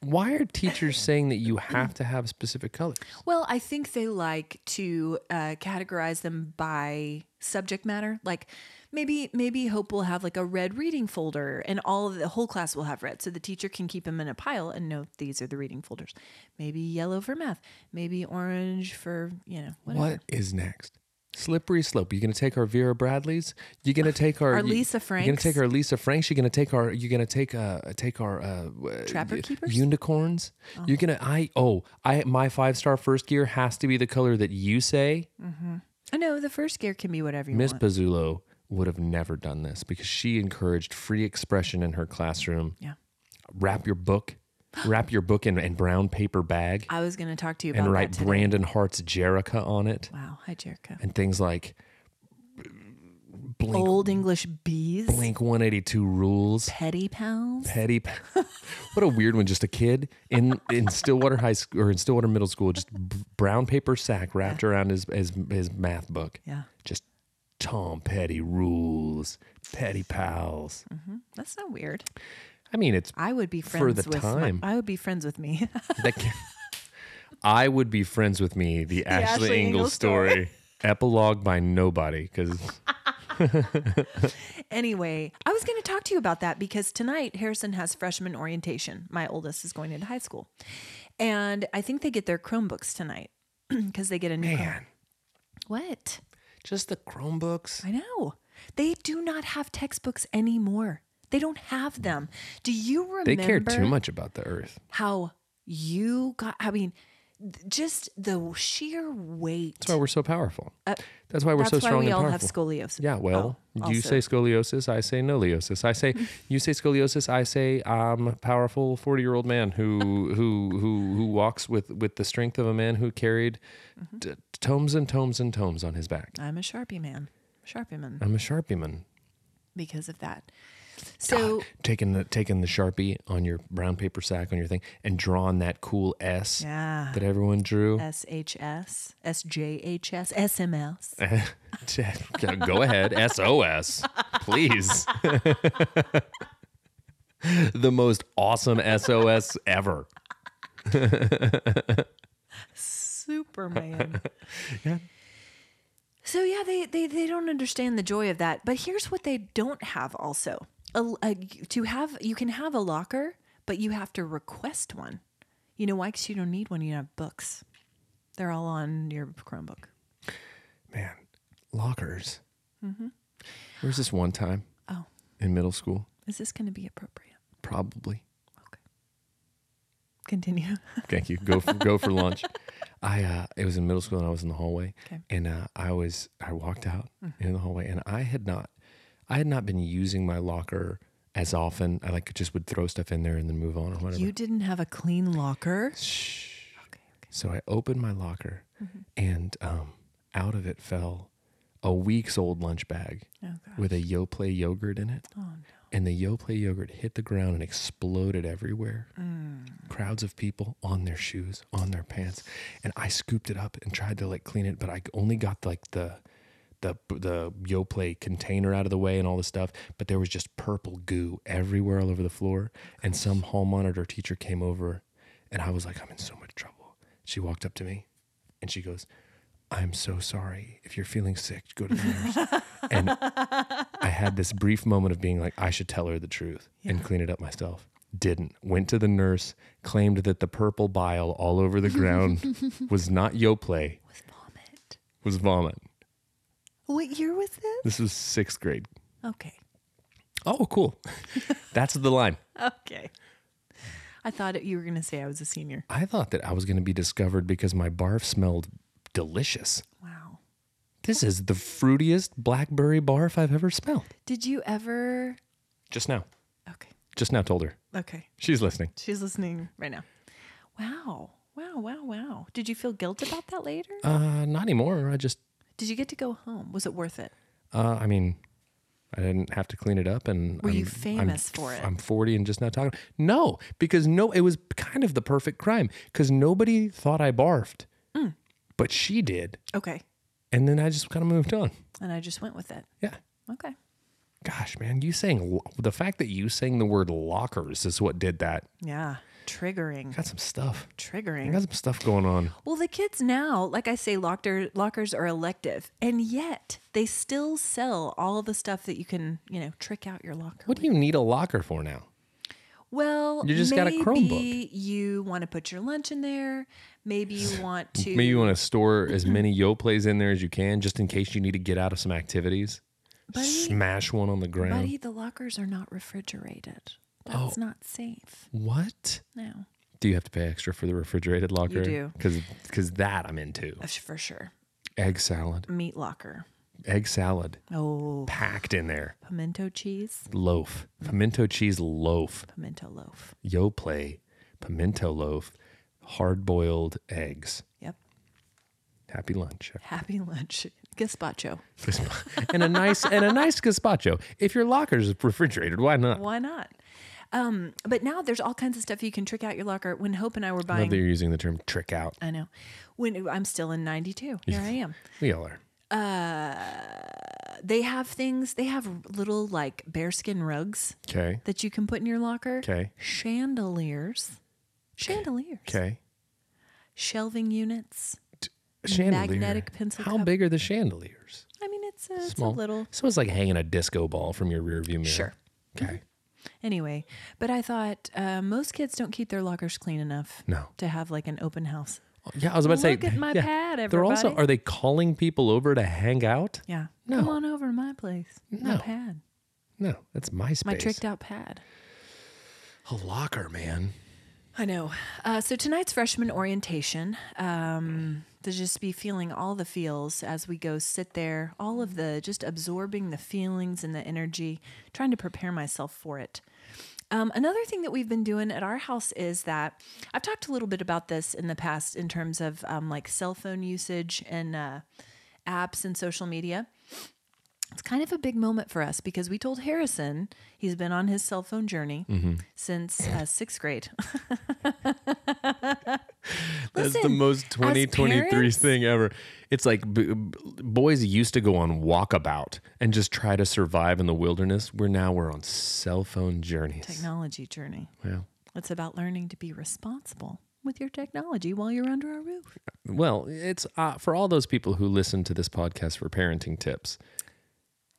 S1: Why are teachers saying that you have to have specific colors?
S2: Well, I think they like to uh, categorize them by subject matter. Like maybe maybe Hope will have like a red reading folder, and all of the whole class will have red, so the teacher can keep them in a pile and know these are the reading folders. Maybe yellow for math, maybe orange for you know whatever.
S1: What is next? Slippery slope. You're gonna take our Vera Bradleys. You're gonna take our,
S2: Our
S1: you-
S2: Lisa
S1: You're
S2: Franks.
S1: gonna take our Lisa Franks. You're gonna take our. You're gonna take uh take our uh, w-
S2: Trapper
S1: y-
S2: Keepers? Uh-huh.
S1: unicorns. You're gonna I oh I my five star first gear has to be the color that you say.
S2: Mm, I know the first gear can be whatever you
S1: Miss
S2: want.
S1: Pizzulo would have never done this because she encouraged free expression in her classroom.
S2: yeah,
S1: Wrap your book, wrap your book in, in brown paper bag,
S2: I was going to talk to you about
S1: and
S2: that
S1: write
S2: today.
S1: Brandon Hart's Jerica on it,
S2: Wow, hi Jerica.
S1: and things like blink
S2: Old English bees,
S1: Blink 182 rules.
S2: petty pounds.
S1: Petty. p- what a weird one. Just a kid in, in Stillwater High School or in Stillwater Middle School, just b- brown paper sack wrapped around his, his, his math book.
S2: Yeah,
S1: Just Tom Petty rules, Petty pals.
S2: that's not weird.
S1: I mean, it's
S2: I would be friends
S1: For the
S2: with my-
S1: time.
S2: I would be friends with me.
S1: that. Can, I would be friends with me, the, Ashley,
S2: Ashley
S1: Ingalls
S2: Ingalls
S1: story.
S2: story.
S1: Epilogue by nobody because
S2: anyway, I was going to talk to you about that because tonight Harrison has freshman orientation. My oldest is going into high school. And I think they get their Chromebooks tonight because they get a new Chrome.
S1: man,
S2: What?
S1: just the Chromebooks.
S2: I know. They do not have textbooks anymore. They don't have them. Do you remember?
S1: They care too much about the earth.
S2: How you got, I mean, th- just the sheer weight.
S1: That's why we're so powerful. that's why we're
S2: Uh, That's
S1: so
S2: why
S1: strong
S2: we
S1: and
S2: all have
S1: powerful.
S2: scoliosis.
S1: Yeah, well,
S2: Oh,
S1: you
S2: also.
S1: say scoliosis, I say noliosis. I say you say scoliosis, I say I'm a powerful 40-year-old man who who who who walks with with the
S2: Mm-hmm.
S1: strength of a man who carried t- tomes and tomes and tomes on his back.
S2: I'm a Sharpie man. Sharpie man
S1: I'm a Sharpie man.
S2: because of that. So
S1: Taking the taking the Sharpie on your brown paper sack on your thing and drawing that cool S
S2: Yeah.
S1: that everyone drew.
S2: SHS, SJHS, SMLs.
S1: Go ahead, SOS, please. the most awesome SOS ever.
S2: Superman.
S1: Yeah.
S2: So yeah, they, they they don't understand the joy of that. But here's what they don't have also. A, a- to have you can have a locker, but you have to request one. You know why? Because you don't need one. You don't have books. They're all on your Chromebook.
S1: Man, lockers. There was this one time
S2: Mm-hmm. Oh,
S1: in middle school,
S2: is this going to be appropriate?
S1: probably.
S2: Okay. Continue.
S1: Thank you. Go for, go for lunch. I uh, it was in middle school and I was in the hallway
S2: Okay. Mm-hmm.
S1: and uh, I was I walked out in the hallway and I had not I had not been using my locker as often. I like just would throw stuff in there and then move on or whatever.
S2: you didn't have a clean locker. Okay. Okay.
S1: So I opened my locker and um, out of it fell a week's old lunch bag
S2: Oh god.
S1: with a Yoplait yogurt in it.
S2: Oh no.
S1: And the Yoplait yogurt hit the ground and exploded everywhere.
S2: Mm.
S1: Crowds of people on their shoes, on their pants. And I scooped it up and tried to like clean it, but I only got like the the the Yoplait container out of the way and all this stuff, but there was just purple goo everywhere all over the floor. And some hall monitor teacher came over and I was like, I'm in so much trouble. She walked up to me and she goes, I'm so sorry. If you're feeling sick, go to the nurse. and I had this brief moment of being like, I should tell her the truth and clean it up myself. Didn't. Went to the nurse, claimed that the purple bile all over the ground was not Yoplait,
S2: With vomit.
S1: was vomit.
S2: What year was this?
S1: This was sixth grade.
S2: Okay.
S1: Oh, cool. That's the line.
S2: Okay. I thought you were going to say I was a senior.
S1: I thought that I was going to be discovered because my barf smelled delicious.
S2: Wow.
S1: This is the fruitiest blackberry barf I've ever smelled.
S2: Did you ever?
S1: Just now.
S2: Okay.
S1: Just now told her.
S2: Okay.
S1: She's listening.
S2: She's listening right now. Wow. Wow. Wow. Wow. Did you feel guilt about that later?
S1: Uh, not anymore. I just,
S2: Did you get to go home? Was it worth it?
S1: uh, I mean, I didn't have to clean it up. And
S2: Were
S1: I'm,
S2: you
S1: I'm-
S2: famous for it?
S1: I'm 40 and just now talking. No, because no, it was kind of the perfect crime because nobody thought I barfed,
S2: Mm.
S1: but she did.
S2: Okay.
S1: And then I just kind of moved on.
S2: And I just went with it.
S1: Yeah.
S2: Okay.
S1: Gosh, man, you saying lo- the fact that you saying the word lockers is what did that.
S2: Yeah. Triggering.
S1: Got some stuff. I
S2: Triggering.
S1: got some stuff going on.
S2: Well, the kids now, like I say, locker, lockers are elective, and yet they still sell all the stuff that you can, you know, trick out your locker.
S1: What do you need a locker for now?
S2: Well,
S1: You just got a Chromebook.
S2: maybe You want to put your lunch in there. Maybe you want to.
S1: Maybe you want to store as many yo plays in there as you can, just in case you need to get out of some activities.
S2: Buddy-
S1: Smash one on the ground.
S2: buddy, the lockers are not refrigerated.
S1: Oh.
S2: That's not safe.
S1: What?
S2: No,
S1: Do you have to pay extra for the refrigerated locker?
S2: do.
S1: Because that I'm into.
S2: That's for sure.
S1: Egg salad.
S2: Meat locker.
S1: Egg salad
S2: Oh,
S1: packed in there.
S2: pimento cheese,
S1: Loaf. Pimento cheese loaf.
S2: pimento loaf.
S1: Yo play. Pimento loaf. Hard boiled eggs.
S2: Yep.
S1: Happy lunch.
S2: Happy lunch. Gazpacho.
S1: and a nice and a nice gazpacho. If your locker's refrigerated, why not?
S2: Why not? Um, but now there's all kinds of stuff you can trick out your locker. When Hope and I were
S1: I love
S2: buying,
S1: that you're using the term trick out.
S2: I know. When I'm still in '92, here I am.
S1: We all are.
S2: They have things. They have little like bearskin rugs
S1: Okay.
S2: that you can put in your locker.
S1: Okay.
S2: Chandeliers. Chandeliers.
S1: Okay.
S2: Shelving units.
S1: Chandelier.
S2: Magnetic pencil
S1: How
S2: cup.
S1: big are the chandeliers?
S2: I mean, it's a, it's a
S1: Small.
S2: little.
S1: So it's like hanging a disco ball from your rearview mirror.
S2: Sure. Mm-hmm.
S1: Okay.
S2: Anyway, but I thought uh, most kids don't keep their lockers clean enough
S1: No.
S2: to have like an open house.
S1: Yeah, I was about to say.
S2: Look at my
S1: yeah,
S2: pad,
S1: They're also
S2: everybody.
S1: are they calling people over to hang out?
S2: Yeah.
S1: No.
S2: Come on over to my place. My
S1: No.
S2: pad.
S1: No, that's MySpace.
S2: My tricked out pad.
S1: A locker, man.
S2: I know. Uh, so tonight's freshman orientation. Um, to just be feeling all the feels as we go sit there, all of the just absorbing the feelings and the energy, trying to prepare myself for it. Um, another thing that we've been doing at our house is that I've talked a little bit about this in the past in terms of um, like cell phone usage and uh, apps and social media. It's kind of a big moment for us because we told Harrison he's been on his cell phone journey since uh, sixth grade.
S1: That's the
S2: Listen,
S1: most
S2: as
S1: 2023
S2: parents-
S1: thing ever. It's like b- b- boys used to go on walkabout and just try to survive in the wilderness. We're now we're on cell phone journeys.
S2: technology journey.
S1: Well,
S2: It's about learning to be responsible with your technology while you're under our roof.
S1: well, it's uh, for all those people who listen to this podcast for parenting tips.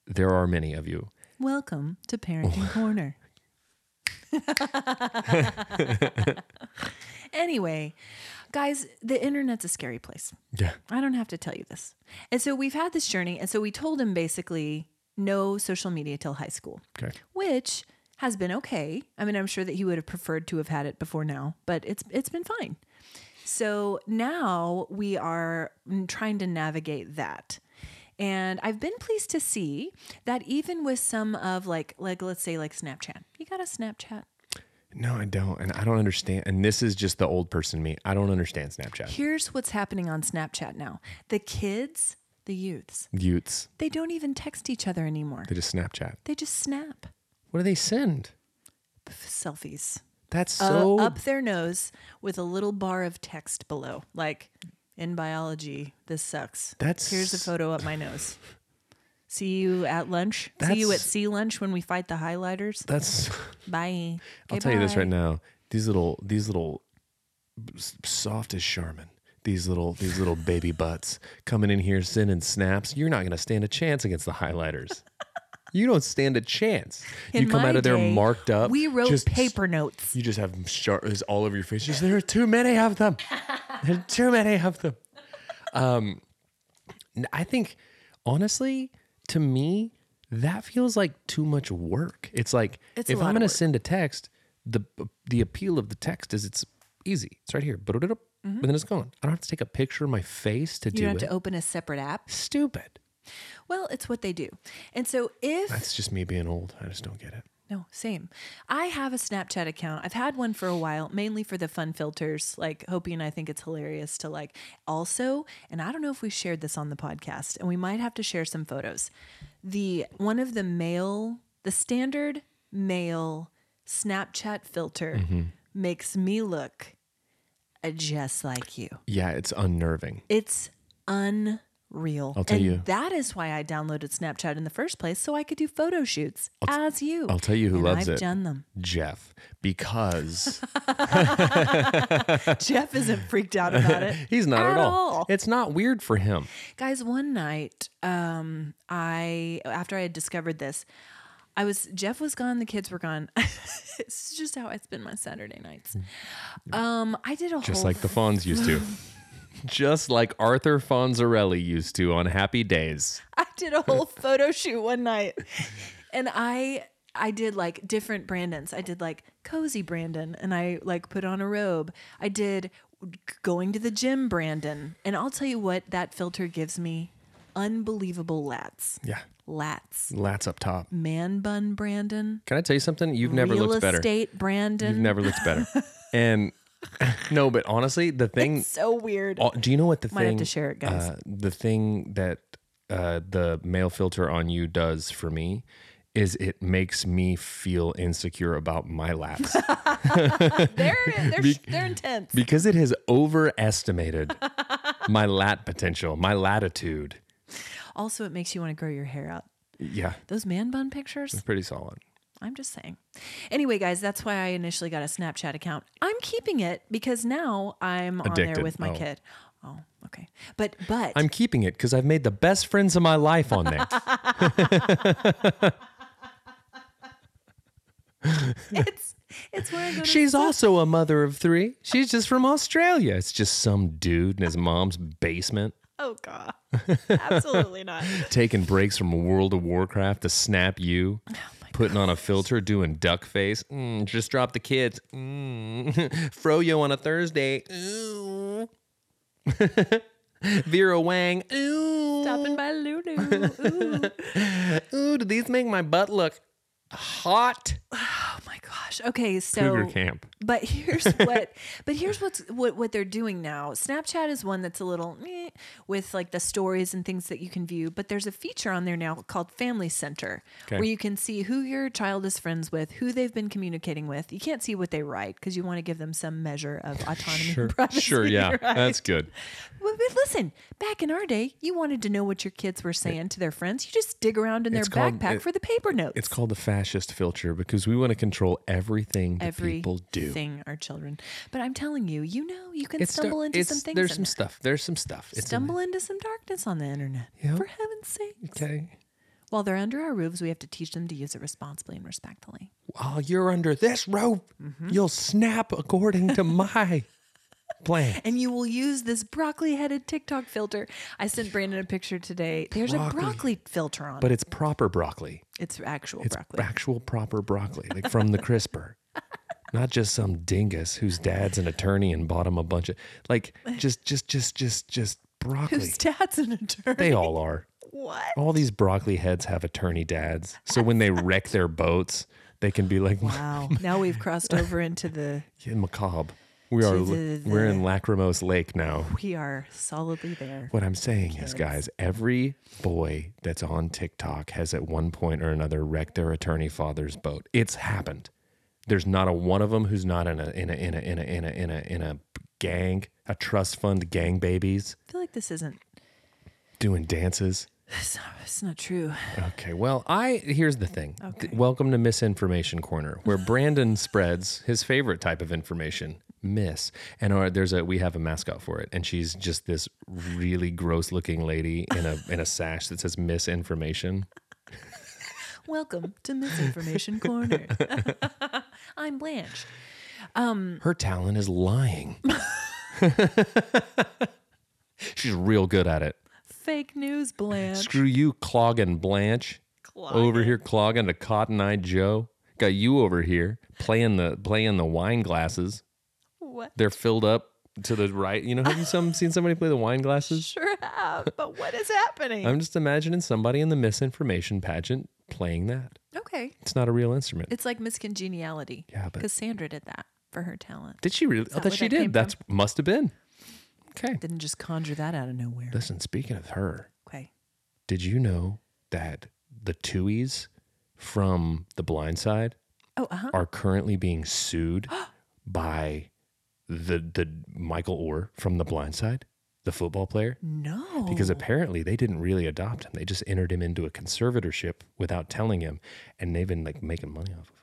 S1: There are many of you.
S2: Welcome to Parenting Corner. anyway, guys, the internet's a scary place.
S1: Yeah.
S2: I don't have to tell you this. And so we've had this journey. And so we told him basically no social media till high school,
S1: Okay.
S2: which has been okay. I mean, I'm sure that he would have preferred to have had it before now, but it's it's been fine. So now we are mm, trying to navigate that. And I've been pleased to see that even with some of like like let's say like Snapchat. You got a Snapchat?
S1: No, I don't, and I don't understand. And this is just the old person me. I don't understand Snapchat.
S2: Here's what's happening on Snapchat now. The kids, the youths,
S1: Utes,
S2: they don't even text each other anymore.
S1: they just Snapchat.
S2: They just snap
S1: What do they send?
S2: f- selfies
S1: That's
S2: uh,
S1: so
S2: up their nose with a little bar of text below, like in biology, this sucks.
S1: That's-
S2: here's a photo up my nose. See you at lunch. See you
S1: That's-
S2: at sea lunch when we fight the highlighters.
S1: that's
S2: Bye.
S1: I'll
S2: Okay,
S1: tell you this
S2: bye.
S1: right now. These little, these little, s- soft as Charmin. These little, these little baby butts coming in here sending snaps. You're not going to stand a chance against the highlighters. you don't stand a chance.
S2: In
S1: you come
S2: my
S1: out of there
S2: day,
S1: marked up.
S2: We wrote
S1: just-
S2: paper notes.
S1: You just have sharp is all over your face. Just, there are too many of them. There are too many of them. Um, n- I think honestly, to me, that feels like too much work. It's like
S2: It's a
S1: if
S2: lot
S1: I'm
S2: of
S1: going to
S2: work.
S1: send a text, the the appeal of the text is it's easy. It's right here, Ba-da-da-da, and then it's gone. I don't have to take a picture of my face to
S2: Mm-hmm. You
S1: do
S2: don't have
S1: it.
S2: to open a separate app.
S1: Stupid.
S2: Well, it's what they do. And so if
S1: That's just me being old. I just don't get it.
S2: No, same. I have a Snapchat account. I've had one for a while, mainly for the fun filters. Like Hopi and I think it's hilarious to like also, and I don't know if we shared this on the podcast, and we might have to share some photos. The one of the male, the standard male Snapchat filter
S1: Mm-hmm.
S2: makes me look uh, just like you.
S1: Yeah, it's unnerving.
S2: It's unreal.
S1: I'll tell
S2: and
S1: you.
S2: That is why I downloaded Snapchat in the first place, so I could do photo shoots as you.
S1: I'll tell you who
S2: And
S1: loves
S2: I've
S1: it.
S2: done them.
S1: Jeff, because
S2: Jeff isn't freaked out about it.
S1: he's not at,
S2: At all.
S1: It's not weird for him.
S2: Guys, one night, um, I after I had discovered this, I was Jeff was gone, the kids were gone. this is just how I spend my Saturday nights. Um, I did a
S1: Hmm. Just
S2: whole
S1: like the Fonz used to. Just like Arthur Fonzarelli used to on Happy Days.
S2: I did a whole photo shoot one night. And I I did like different Brandons. I did like cozy Brandon and I like put on a robe. I did going to the gym Brandon. And I'll tell you what that filter gives me unbelievable lats.
S1: Yeah.
S2: Lats.
S1: Lats up top.
S2: Man bun Brandon.
S1: Can I tell you something? You've never
S2: Real
S1: looked better.
S2: estate Brandon.
S1: You've never looked better. and no, but honestly, the thing
S2: so weird.
S1: Oh, do you know what the
S2: Might
S1: thing?
S2: have to share it, guys.
S1: uh, the thing that uh, the male filter on you does for me is it makes me feel insecure about my laps
S2: They're they're, they're intense.
S1: because it has overestimated my lat potential, my latitude.
S2: also, it makes you want to grow your hair out.
S1: Yeah,
S2: Those man bun pictures.
S1: pretty solid.
S2: I'm just saying. Anyway, guys, that's why I initially got a Snapchat account. I'm keeping it because now I'm on
S1: Addicted.
S2: there with my
S1: Oh.
S2: kid. Oh, okay. But but
S1: I'm keeping it because I've made the best friends of my life on there.
S2: it's it's where I go to
S1: She's also a mother of three. She's just from Australia. It's just some dude in his mom's basement
S2: Oh god. Absolutely not.
S1: taking breaks from World of Warcraft to snap you, putting on a filter, doing duck face. Mm, just drop the kids. Mm. Froyo on a Thursday. Ooh. Vera Wang. Ooh.
S2: Stopping by Lulu. Ooh.
S1: Ooh, do these make my butt look hot?
S2: Oh my gosh. Okay, so
S3: Cougar camp.
S2: But here's what but here's what's what what they're doing now. Snapchat is one that's a little eh, with like the stories and things that you can view, but there's a feature on there now called Family Center
S1: Okay.
S2: where you can see who your child is friends with, who they've been communicating with. You can't see what they write because you want to give them some measure of autonomy
S1: Sure,
S2: and privacy.
S1: sure, yeah,
S2: right?
S1: that's good.
S2: Well, but listen, back in our day, you wanted to know what your kids were saying to their friends. You just dig around in their
S1: It's called-
S2: backpack
S1: it-
S2: for the paper notes.
S1: It's called the fascist filter because we want to control everything that
S2: every
S1: people do.
S2: thing our children. But I'm telling you, you know, you can
S1: It's stu-
S2: stumble into
S1: it's-
S2: some things.
S1: There's
S2: on
S1: some
S2: the-
S1: stuff. There's some stuff. It's in
S2: stumble into some darkness on the internet.
S1: Yeah.
S2: For heaven's sake.
S1: there. Okay.
S2: While they're under our roofs, we have to teach them to use it responsibly and respectfully.
S1: While you're under this rope,
S2: Mm-hmm.
S1: you'll snap according to my plan.
S2: And you will use this broccoli headed TikTok filter. I sent Brandon a picture today. There's
S1: Broccoli.
S2: a broccoli filter on
S1: But
S2: it.
S1: it's proper broccoli.
S2: It's actual
S1: It's
S2: broccoli.
S1: actual proper broccoli, like from the crisper. Not just some dingus whose dad's an attorney and bought him a bunch of like just just just just just broccoli.
S2: Whose dad's an attorney?
S1: they all are.
S2: what?
S1: All these broccoli heads have attorney dads. So when they wreck their boats, they can be like
S2: Wow. now we've crossed over into the
S1: macabre. We are
S2: the-
S1: we're in Lacrimose Lake now.
S2: we are solidly there.
S1: What I'm saying is, guys, every boy that's on TikTok has at one point or another wrecked their attorney father's boat. It's happened. There's not a one of them who's not in a in a in a in a in a in a, in a gang, a trust fund gang babies
S2: I feel like this isn't
S1: doing dances.
S2: it's not, it's not true.
S1: Okay, well, I here's the thing. Th- Welcome to Misinformation Corner, where Brandon spreads his favorite type of information, miss. And our, there's a we have a mascot for it, and she's just this really gross-looking lady in a in a sash that says misinformation.
S2: Welcome to Misinformation Corner. I'm Blanche.
S1: Her talent is lying. she's real good at it.
S2: Fake news, Blanche.
S1: Screw you, clogging Blanche. Over here clogging the Cotton Eye Joe. Got you over here playing the playing the wine glasses.
S2: What?
S1: they're filled up to the right. You know, have you some seen somebody play the wine glasses?
S2: Sure have, but what is happening?
S1: I'm just imagining somebody in the misinformation pageant playing that.
S2: okay.
S1: It's not a real instrument.
S2: It's like miscongeniality.
S1: Yeah, but-
S2: Cassandra did that for her talent.
S1: did she really? I
S2: that
S1: thought
S2: where
S1: she
S2: that came
S1: did. That's must have been. Okay.
S2: Didn't just conjure that out of nowhere.
S1: Listen, speaking of her,
S2: Okay.
S1: did you know that the Tuies from The Blind Side
S2: Oh, uh huh.
S1: are currently being sued by the the Michael Orr from The Blind Side, the football player?
S2: No.
S1: because apparently they didn't really adopt him. They just entered him into a conservatorship without telling him, and they've been like making money off of him.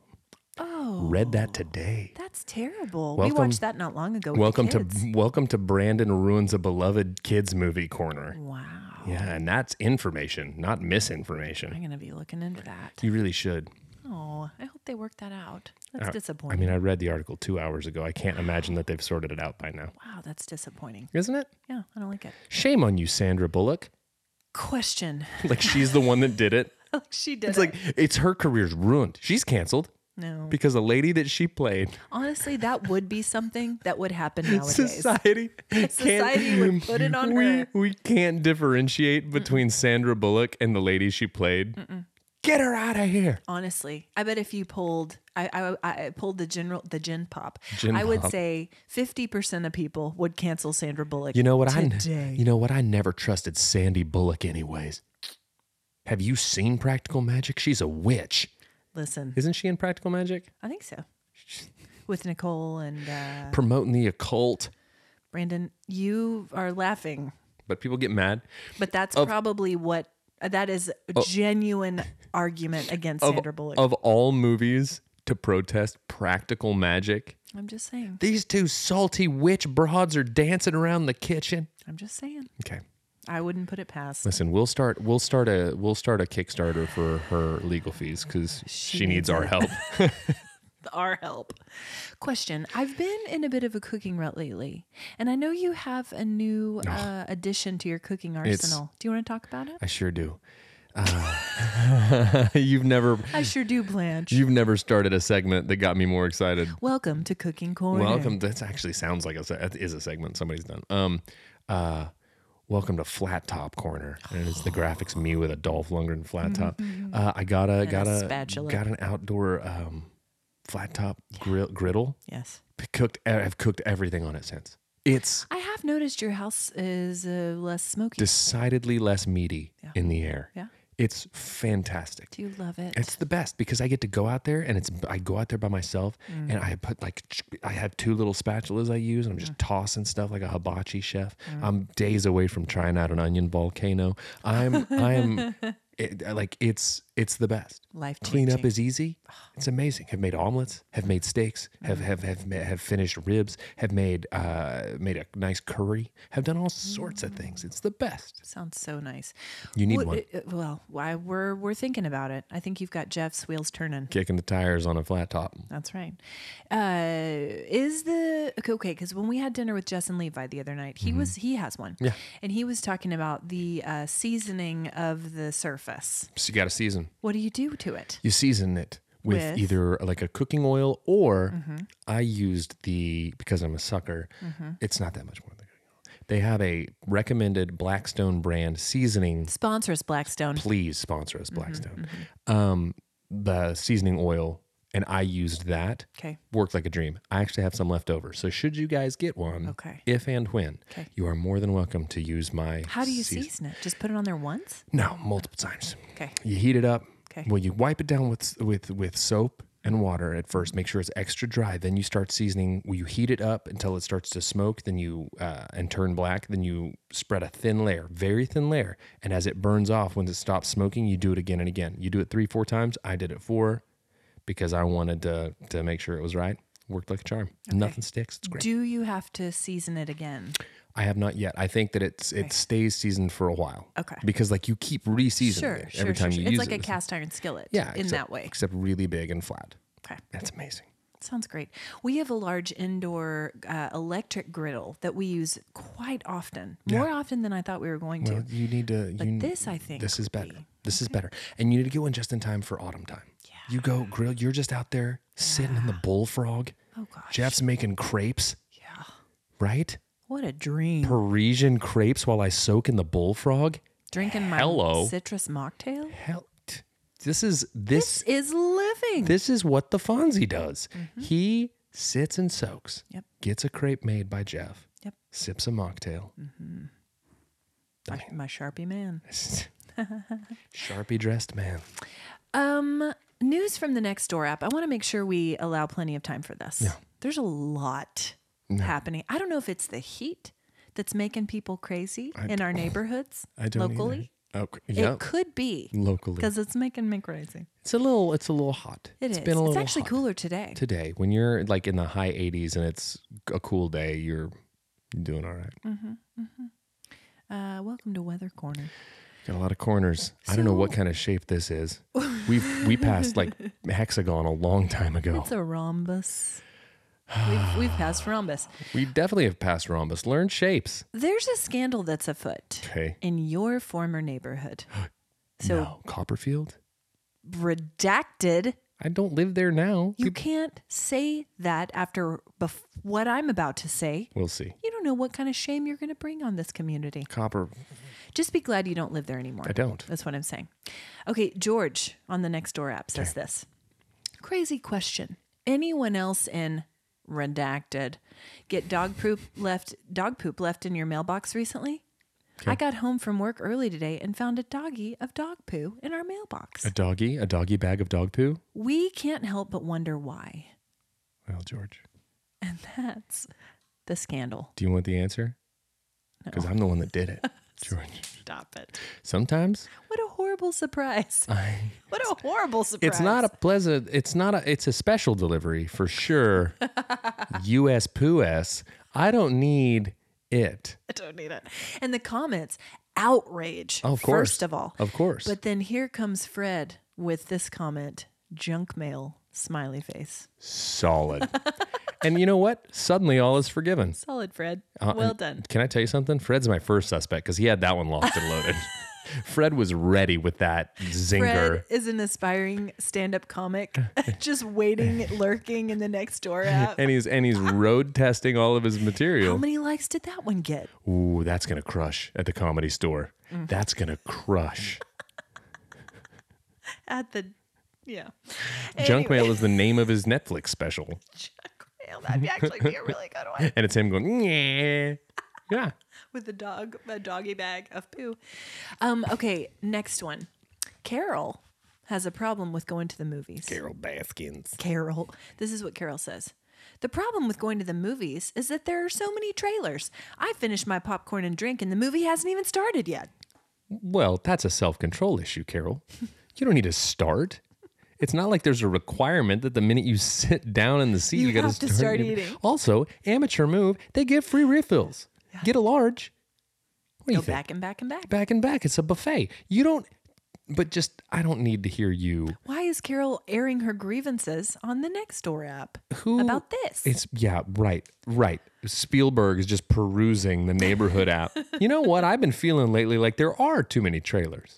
S2: oh,
S1: Read that today.
S2: that's terrible. we
S1: Welcome-
S2: watched that not long ago. with the
S1: Welcome to
S2: kids.
S1: welcome to Brandon ruins a beloved kids movie corner.
S2: Wow.
S1: Yeah, and that's information, not
S2: I'm
S1: misinformation.
S2: going to be looking into that.
S1: You really should.
S2: Oh, I hope they work that out. That's
S1: Uh, I
S2: disappointing.
S1: mean, I read the article two hours ago. I can't imagine that they've sorted it out by now,
S2: wow, that's disappointing.
S1: isn't it?
S2: Yeah, I don't like it.
S1: Shame on you, Sandra Bullock.
S2: Question.
S1: Like she's the one that did it.
S2: like she did.
S1: It's like it's her career's ruined. She's canceled
S2: no.
S1: because a lady that she played
S2: Honestly, that would be something that would happen nowadays.
S1: Society, can't-
S2: Society would put it on
S1: we,
S2: her.
S1: We can't differentiate between Sandra Bullock and the lady she played. Get her out of here.
S2: Honestly, I bet if you polled, I I, I pulled the general the gin pop,
S1: Gen
S2: I would
S1: pop.
S2: say fifty percent of people would cancel Sandra Bullock.
S1: You know what I?
S2: today.
S1: You know what I never trusted Sandy Bullock. Anyways, have you seen Practical Magic? She's a witch,
S2: Listen,
S1: isn't she? In Practical Magic,
S2: I think so. With Nicole and uh,
S1: promoting the occult.
S2: Brandon, you are laughing,
S1: But people get mad.
S2: but that's probably what that is a genuine argument against Sandra Bullock.
S1: Oh. Of all movies to protest Practical Magic,
S2: I'm just saying.
S1: these two salty witch broads are dancing around the kitchen.
S2: I'm just saying.
S1: Okay.
S2: I wouldn't put it past.
S1: Listen, we'll start. We'll start a. We'll start a Kickstarter for her legal fees because she, needs, our help.
S2: our help. Question: I've been in a bit of a cooking rut lately, and I know you have a new uh, addition to your cooking arsenal. Do you want to talk about it?
S1: I sure do. Uh, you've never.
S2: I sure do, Blanche.
S1: You've never started a segment that got me more excited.
S2: Welcome to Cooking Corner.
S1: Welcome. That actually sounds like a. se- That is a segment somebody's done. Um, uh, welcome to Flat Top Corner, and it's the graphics me with Mm-hmm. a Dolph Lundgren flat top. Uh, I got a got a,
S2: spatula.
S1: got an outdoor um, flat top grill, griddle.
S2: Yes.
S1: Cooked. I've cooked everything on it since. It's
S2: I have noticed your house is uh, less smoky.
S1: decidedly less meaty in the air.
S2: Yeah.
S1: It's fantastic.
S2: Do you love it?
S1: It's the best because I get to go out there and it's I go out there by myself
S2: Mm.
S1: and I put like ch- I have two little spatulas I use and I'm just tossing stuff like a hibachi chef.
S2: Mm.
S1: I'm days away from trying out an onion volcano. I'm I'm it, like it's it's the best.
S2: Life
S1: Cleanup
S2: changing.
S1: is easy. It's amazing. Have made omelets. Have made steaks. Have have have ma- have finished ribs. Have made uh made a nice curry. Have done all sorts of things. It's the best.
S2: Sounds so nice.
S1: You need
S2: What-
S1: one.
S2: uh, well, why we're we're thinking about it. I think you've got Jeff's wheels turning.
S1: Kicking the tires on a flat top.
S2: That's right. Uh, is the okay? Okay, because when we had dinner with Jess and Levi the other night, he was he has one.
S1: Mm-hmm. Yeah.
S2: and he was talking about the uh, seasoning of the surface.
S1: So you got a season.
S2: What do you do to it?
S1: you season it with,
S2: With?
S1: either like a cooking oil or I used the because I'm a sucker. It's not that much more than cooking oil. They have a recommended Blackstone brand seasoning.
S2: Sponsors Blackstone.
S1: Please sponsor
S2: Mm-hmm,
S1: us, Blackstone. Um, the seasoning oil, and I used that.
S2: Okay.
S1: Worked like a dream. I actually have some left over. So should you guys get one,
S2: Okay.
S1: if and when,
S2: Okay.
S1: you are more than welcome to use my.
S2: How do you
S1: season-
S2: season it? Just put it on there once.
S1: No, multiple times.
S2: Okay.
S1: You heat it up.
S2: Okay.
S1: Well, you wipe it down with with with soap and water at first. Make sure it's extra dry. Then you start seasoning. Well, you heat it up until it starts to smoke. Then you uh, and turn black. Then you spread a thin layer, very thin layer. And as it burns off, when it stops smoking, you do it again and again. You do it three, four times. I did it four because I wanted to to make sure it was right. Worked like a charm. Nothing sticks. It's great.
S2: Do you have to season it again?
S1: I have not yet. I think that it's it stays seasoned for a while.
S2: Okay.
S1: Because like you keep re-seasoning
S2: Sure,
S1: it
S2: sure,
S1: every
S2: sure,
S1: time
S2: sure.
S1: you
S2: It's
S1: use
S2: like
S1: it.
S2: a cast iron skillet.
S1: yeah,
S2: in
S1: except-
S2: that way.
S1: except really big and flat.
S2: Okay.
S1: That's amazing.
S2: Sounds great. We have a large indoor uh, electric griddle that we use quite often, more often than I thought we were going to.
S1: Well, you need to. you-
S2: this, I think,
S1: this is
S2: would
S1: better. This is better, and you need to get one just in time for autumn time. You go grill. You're just out there sitting in the bullfrog.
S2: Oh, gosh.
S1: Jeff's making crepes,
S2: Yeah.
S1: right?
S2: What a dream.
S1: Parisian crepes while I soak in the bullfrog.
S2: Drinking my
S1: Hello.
S2: citrus mocktail.
S1: Hell, t- this is this
S2: This is living.
S1: this is what the Fonzie does. He sits and soaks.
S2: Yep.
S1: Gets a crepe made by Jeff.
S2: Yep.
S1: Sips a mocktail.
S2: my, my Sharpie man.
S1: Sharpie dressed man.
S2: Um, news from the next door app. I want to make sure we allow plenty of time for this. There's a lot happening. I don't know if it's the heat that's making people crazy in our neighborhoods
S1: I don't either.
S2: locally.
S1: Oh, c- yeah.
S2: It could be
S1: Locally.
S2: because it's making me crazy.
S1: It's a little. It's a little hot.
S2: It
S1: has
S2: is.
S1: Been a
S2: it's
S1: little
S2: actually
S1: hot.
S2: cooler today.
S1: today. When you're like in the high 80s and it's a cool day, you're doing all right.
S2: Mm. Uh, welcome to Weather Corner.
S1: Got a lot of corners. I don't know what kind of shape this is. We we passed like hexagon a long time ago.
S2: It's a rhombus. We've, we've passed rhombus.
S1: we definitely have passed rhombus. Learn shapes.
S2: There's a scandal that's afoot
S1: Okay.
S2: in your former neighborhood. So
S1: no, Copperfield.
S2: redacted.
S1: I don't live there now.
S2: You can't say that after bef- what I'm about to say.
S1: We'll see.
S2: You don't know what kind of shame you're going to bring on this community.
S1: Copper.
S2: Just be glad you don't live there anymore.
S1: I don't.
S2: That's what I'm saying. Okay, George on the next door app says this. Crazy question. Anyone else in redacted get dog poop left dog poop left in your mailbox recently? I got home from work early today and found a doggy of dog poo in our mailbox.
S1: A doggy. A doggy bag of dog poo.
S2: We can't help but wonder why.
S1: Well, George,
S2: And that's the scandal.
S1: do you want the answer? Because I'm the one that did it, George.
S2: Stop it.
S1: Sometimes
S2: What a horrible surprise.
S1: I.
S2: What a horrible surprise.
S1: It's not a pleasant. It's not a. It's a special delivery for sure. U.S. poo-s. I don't need it.
S2: I don't need it. And the comments, outrage.
S1: Oh, of course.
S2: First of all.
S1: Of course.
S2: But then here comes Fred with this comment junk mail, smiley face.
S1: Solid. and you know what? Suddenly, all is forgiven.
S2: Solid, Fred. well done.
S1: Can I tell you something? Fred's my first suspect because he had that one locked and loaded. Fred was ready with that zinger.
S2: Fred is an aspiring stand up comic, just waiting, lurking in the next door app.
S1: And he's and he's road testing all of his
S2: How
S1: material.
S2: many likes did that one get?
S1: Ooh, that's gonna crush at the comedy
S2: Mm.
S1: store. That's gonna crush.
S2: At the Yeah.
S1: Junk
S2: Anyway,
S1: mail is the name of his Netflix special,
S2: Junk mail. That'd actually be a really good one.
S1: and it's him going, yeah, yeah.
S2: with a dog, a doggy bag of poo. Um, okay, next one. Carol has a problem with going to the movies.
S1: Carol Baskins.
S2: Carol. This is what Carol says. The problem with going to the movies is that there are so many trailers. I finished my popcorn and drink, and the movie hasn't even started yet.
S1: Well, that's a self control issue, Carol. You don't need to start. It's not like there's a requirement that the minute you sit down in the seat, you,
S2: You
S1: gotta
S2: have to start eating.
S1: Also, amateur move, they give free refills. Get a large. What do
S2: Go
S1: you think?
S2: back and back and back.
S1: back and back. It's a buffet. You don't, but just, I don't need to hear you.
S2: Why is Carol airing her grievances on the Nextdoor app
S1: Who
S2: about this?
S1: It's, yeah, right, right. Spielberg is just perusing the neighborhood app. You know what? I've been feeling lately like there are too many trailers.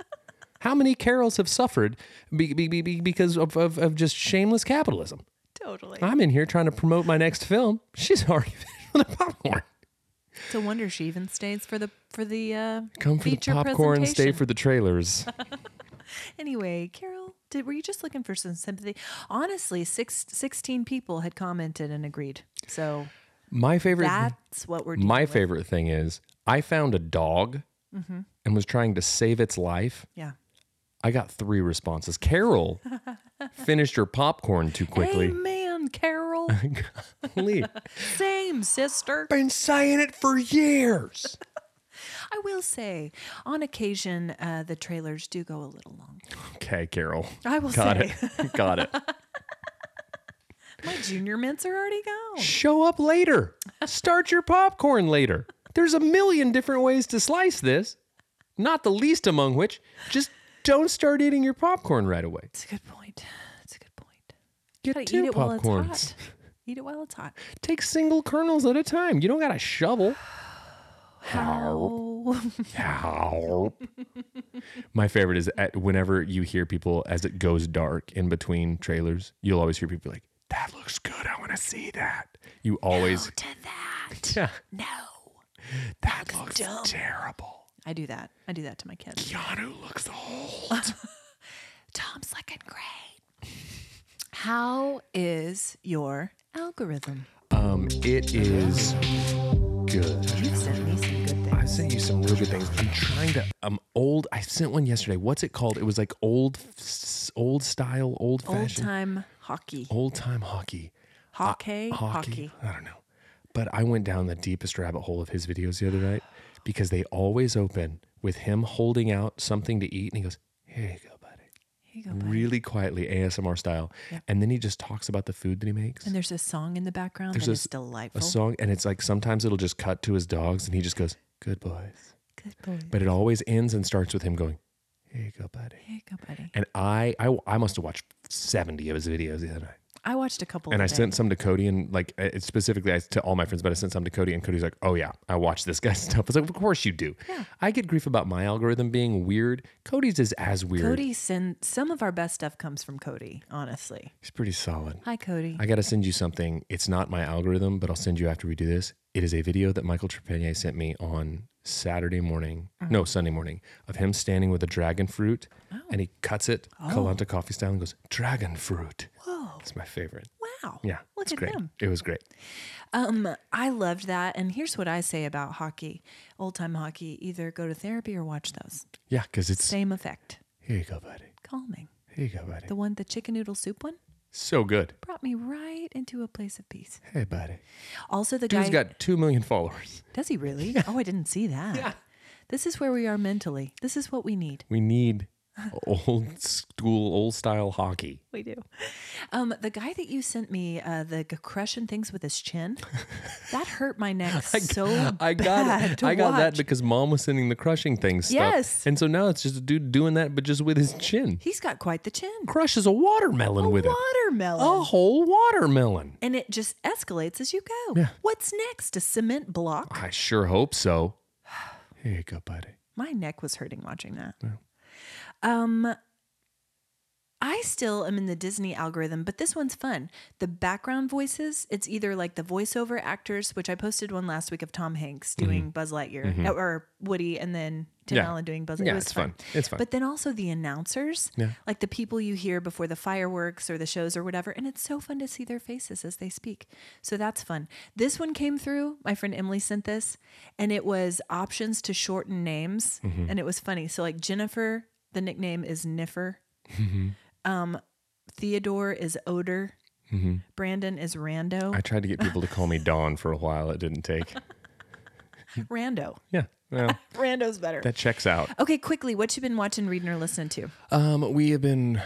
S1: How many carols have suffered be, be, be, be- because of, of, of just shameless capitalism?
S2: totally.
S1: I'm in here trying to promote my next film. She's already finished with the popcorn.
S2: It's a wonder she even stays for the for the uh,
S1: Come for the
S2: feature
S1: popcorn, stay
S2: presentation.
S1: for the trailers.
S2: Anyway, Carol, did were you just looking for some sympathy? Honestly, six, 16 people had commented and agreed. So
S1: My favorite.
S2: that's what we're doing.
S1: My favorite thing is I found a dog
S2: Mm-hmm.
S1: and was trying to save its life.
S2: Yeah.
S1: I got three responses. Carol finished her popcorn too quickly.
S2: Amen, Carol.
S1: Golly,
S2: Same, sister.
S1: Been saying it for years.
S2: I will say, on occasion, uh, the trailers do go a little long.
S1: Okay, Carol.
S2: I will
S1: Got
S2: say,
S1: it. Got it.
S2: my junior mints are already gone.
S1: Show up later. Start your popcorn later. There's a million different ways to slice this, not the least among which just don't start eating your popcorn right away.
S2: It's a good point. It's a good point.
S1: Get
S2: Gotta
S1: two
S2: eat it while it's
S1: popcorns.
S2: hot. Eat it while it's hot.
S1: Take single kernels at a time. You don't got a shovel.
S2: How?
S1: My favorite is at, whenever you hear people as it goes dark in between trailers, you'll always hear people like, "That looks good. I want to see that." You always,
S2: to that.
S1: yeah,
S2: No.
S1: that looks terrible.
S2: I do that. I do that to my kids.
S1: Keanu looks old.
S2: Tom's looking great. How is your algorithm?
S1: um, it is good.
S2: You sent me some good things.
S1: I sent you some real good things. I'm trying to. Um, old. I sent one yesterday. What's it called? It was like old, s- old style, old
S2: Old
S1: fashioned,
S2: time hockey.
S1: old time hockey.
S2: Hockey.
S1: Oh, hockey.
S2: Hockey.
S1: I don't know. But I went down the deepest rabbit hole of his videos the other night because they always open with him holding out something to eat and he goes, Here you go, buddy.
S2: Here you go, bud.
S1: Really quietly, ASMR style. And then he just talks about the food that he makes.
S2: And there's a song in the background that is
S1: There's a-
S2: delightful.
S1: A song, and it's like sometimes it'll just cut to his dogs and he just goes, Good boys.
S2: good boy.
S1: But it always ends and starts with him going, Here you go, buddy.
S2: Here you go, buddy.
S1: And I, I, I must have watched 70 of his videos the other night.
S2: I watched a couple.
S1: and I
S2: today.
S1: sent some to Cody and like uh, specifically I, to all my friends, but I sent some to Cody and Cody's like, oh yeah, I watch this guy's stuff. It's like, of course you do. I get grief about my algorithm being weird. Cody's is as weird.
S2: Cody send some of our best stuff comes from Cody. Honestly,
S1: He's pretty solid.
S2: hi Cody.
S1: I got to send you something. It's not my algorithm, but I'll send you after we do this. It is a video that Michael Trepanier sent me on Saturday morning,
S2: Uh-huh.
S1: no, Sunday morning, of him standing with a dragon fruit
S2: Oh.
S1: and he cuts it, Kalanta coffee style, and goes, dragon fruit.
S2: Whoa!
S1: It's my favorite.
S2: Wow.
S1: Yeah.
S2: Look
S1: it's
S2: at
S1: great.
S2: them.
S1: It was great.
S2: Um, I loved that. And here's what I say about hockey, old time hockey: either go to therapy or watch those.
S1: Yeah, because it's,
S2: Same effect.
S1: here you go, buddy.
S2: Calming.
S1: Here you go, buddy.
S2: The one, the chicken noodle soup one,
S1: So good.
S2: brought me right into a place of peace.
S1: Hey, buddy.
S2: Also, the
S1: Dude's
S2: guy
S1: got 2 million followers.
S2: does he really? Oh, I didn't see that.
S1: Yeah.
S2: This is where we are mentally. This is what we need.
S1: We need old school, old style hockey.
S2: We do. Um, the guy that you sent me, uh, the g- crushing things with his chin, that hurt my neck so
S1: I got
S2: bad
S1: it.
S2: to
S1: I got that
S2: watch.
S1: because mom was sending the crushing things stuff.
S2: Yes.
S1: And so now it's just a dude doing that, but just with his chin.
S2: He's got quite the chin.
S1: Crushes a watermelon with it. Oh.
S2: Watermelon.
S1: A whole watermelon.
S2: And it just escalates as you go.
S1: Yeah.
S2: What's next? A cement block?
S1: I sure hope so. Here you go, buddy.
S2: My neck was hurting watching that. Um, I still am in the Disney algorithm, but this one's fun. The background voices, it's either like the voiceover actors, which I posted one last week of Tom Hanks doing Buzz Lightyear or Woody and then Tim
S1: Mm-hmm. Yeah.
S2: Allen doing Buzz Lightyear.
S1: Yeah,
S2: It was
S1: it's fun. It's fun.
S2: But then also the announcers, like the people you hear before the fireworks or the shows or whatever. And it's so fun to see their faces as they speak. So that's fun. This one came through. My friend Emily sent this, and it was options to shorten names.
S1: Mm-hmm.
S2: And it was funny. So, like Jennifer, the nickname is Niffer.
S1: Mm-hmm.
S2: Um, Theodore is Odor. Brandon is Rando.
S1: Mm-hmm. I tried to get people to call me Dawn for a while. It didn't take.
S2: Rando.
S1: Yeah. Well,
S2: Rando's better.
S1: that checks out.
S2: okay, quickly, what you been watching, reading, or listening to?
S1: Um, we have been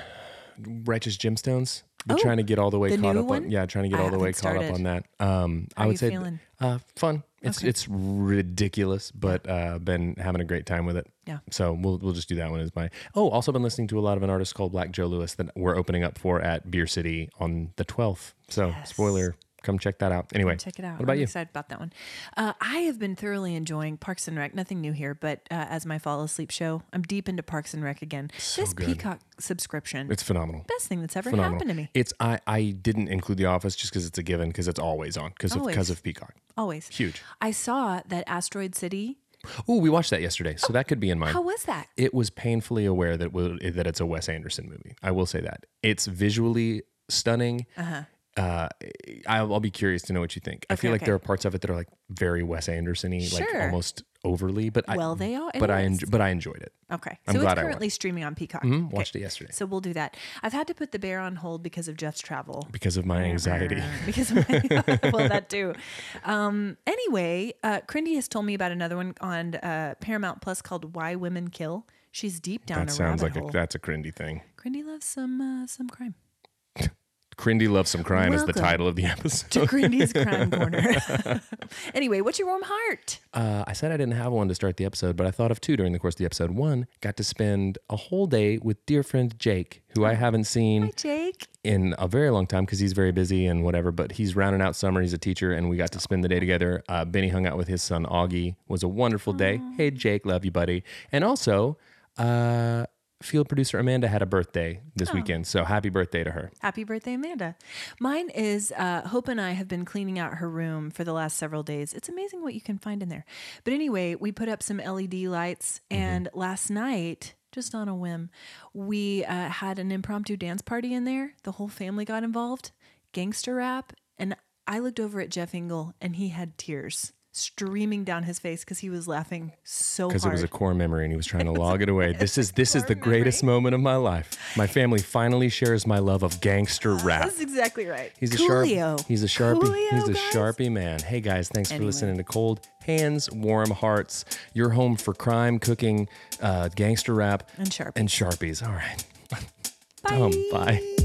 S1: Righteous Gemstones. Been
S2: Oh,
S1: trying to get all the way
S2: the
S1: caught
S2: new
S1: up
S2: one?
S1: on yeah, trying to get
S2: I
S1: all the way
S2: haven't
S1: caught up
S2: started.
S1: on that. Um
S2: How
S1: I would
S2: you
S1: say
S2: feeling?
S1: uh fun. It's it's ridiculous, but uh been having a great time with it.
S2: Yeah.
S1: So we'll we'll just do that one as my Oh, also been listening to a lot of an artist called Black Joe Lewis that we're opening up for at Beer City on the twelfth. So
S2: Yes.
S1: spoiler, come check that out. Anyway.
S2: Check it out.
S1: What about
S2: I'm
S1: you?
S2: excited about that one. Uh, I have been thoroughly enjoying Parks and Rec. Nothing new here, but uh, as my fall asleep show, I'm deep into Parks and Rec again. this
S1: good.
S2: Peacock subscription,
S1: It's phenomenal.
S2: best thing that's ever
S1: phenomenal.
S2: happened to me.
S1: It's I I didn't include The Office just because it's a given because it's always on because of
S2: Always.
S1: because of Peacock.
S2: Always
S1: Huge.
S2: I saw that Asteroid City.
S1: Oh, we watched that yesterday, so that could be in mine.
S2: How was that?
S1: it was painfully aware that will, that it's a Wes Anderson movie. I will say that it's visually stunning. Uh-huh. I'll, I'll be curious to know what you think. I feel like
S2: okay.
S1: there are parts of it that are like very Wes Anderson-y, like
S2: Sure.
S1: almost overly. But I,
S2: Well, they are- it
S1: But I
S2: is.
S1: enj- but I enjoyed it.
S2: Okay,
S1: I'm
S2: so it's
S1: glad I
S2: currently streaming on Peacock.
S1: Mm, Watched it yesterday
S2: So we'll do that. I've had to put the bear on hold because of Jeff's travel.
S1: because of my anxiety.
S2: because of my, well that too um anyway uh crindy has told me about another one on uh paramount plus called why women kill she's deep down
S1: that
S2: a
S1: sounds like
S2: rabbit
S1: a,
S2: hole
S1: that's a crindy thing.
S2: crindy loves some uh, some crime
S1: Crindy loves some crime is the
S2: Welcome.
S1: title of the episode.
S2: to crindy's crime corner anyway what's your warm heart
S1: Uh, I said I didn't have one to start the episode, but I thought of two during the course of the episode. One, got to spend a whole day with dear friend Jake, who I haven't seen
S2: jake
S1: in a very long time because he's very busy and whatever, but he's rounding out summer. He's a teacher, and we got to spend the day together. Uh, Benny hung out with his son, Augie. was a wonderful day. Hey, Jake, love you, buddy. And also, uh, field producer Amanda had a birthday this weekend, so happy birthday to her.
S2: Happy birthday, Amanda. Mine is uh, Hope and I have been cleaning out her room for the last several days. It's amazing what you can find in there. But anyway, we put up some LED lights,
S1: Mm-hmm.
S2: and last night, just on a whim, we uh, had an impromptu dance party in there. The whole family got involved, gangster rap, and I looked over at Jeff Engel, and he had tears streaming down his face because he was laughing so hard.
S1: because it was a core memory and he was trying to log it away. This is this is the greatest moment of my life. My family finally shares my love of gangster rap.
S2: That's exactly right.
S1: He's a
S2: Coolio.
S1: sharp. He's a sharpie.
S2: Coolio,
S1: he's a
S2: guys.
S1: sharpie man. Hey guys, thanks for listening to Cold Hands, Warm Hearts. Your home for crime, cooking, uh, gangster rap,
S2: And Sharpie.
S1: and sharpies. All right.
S2: Bye.
S1: Um, bye.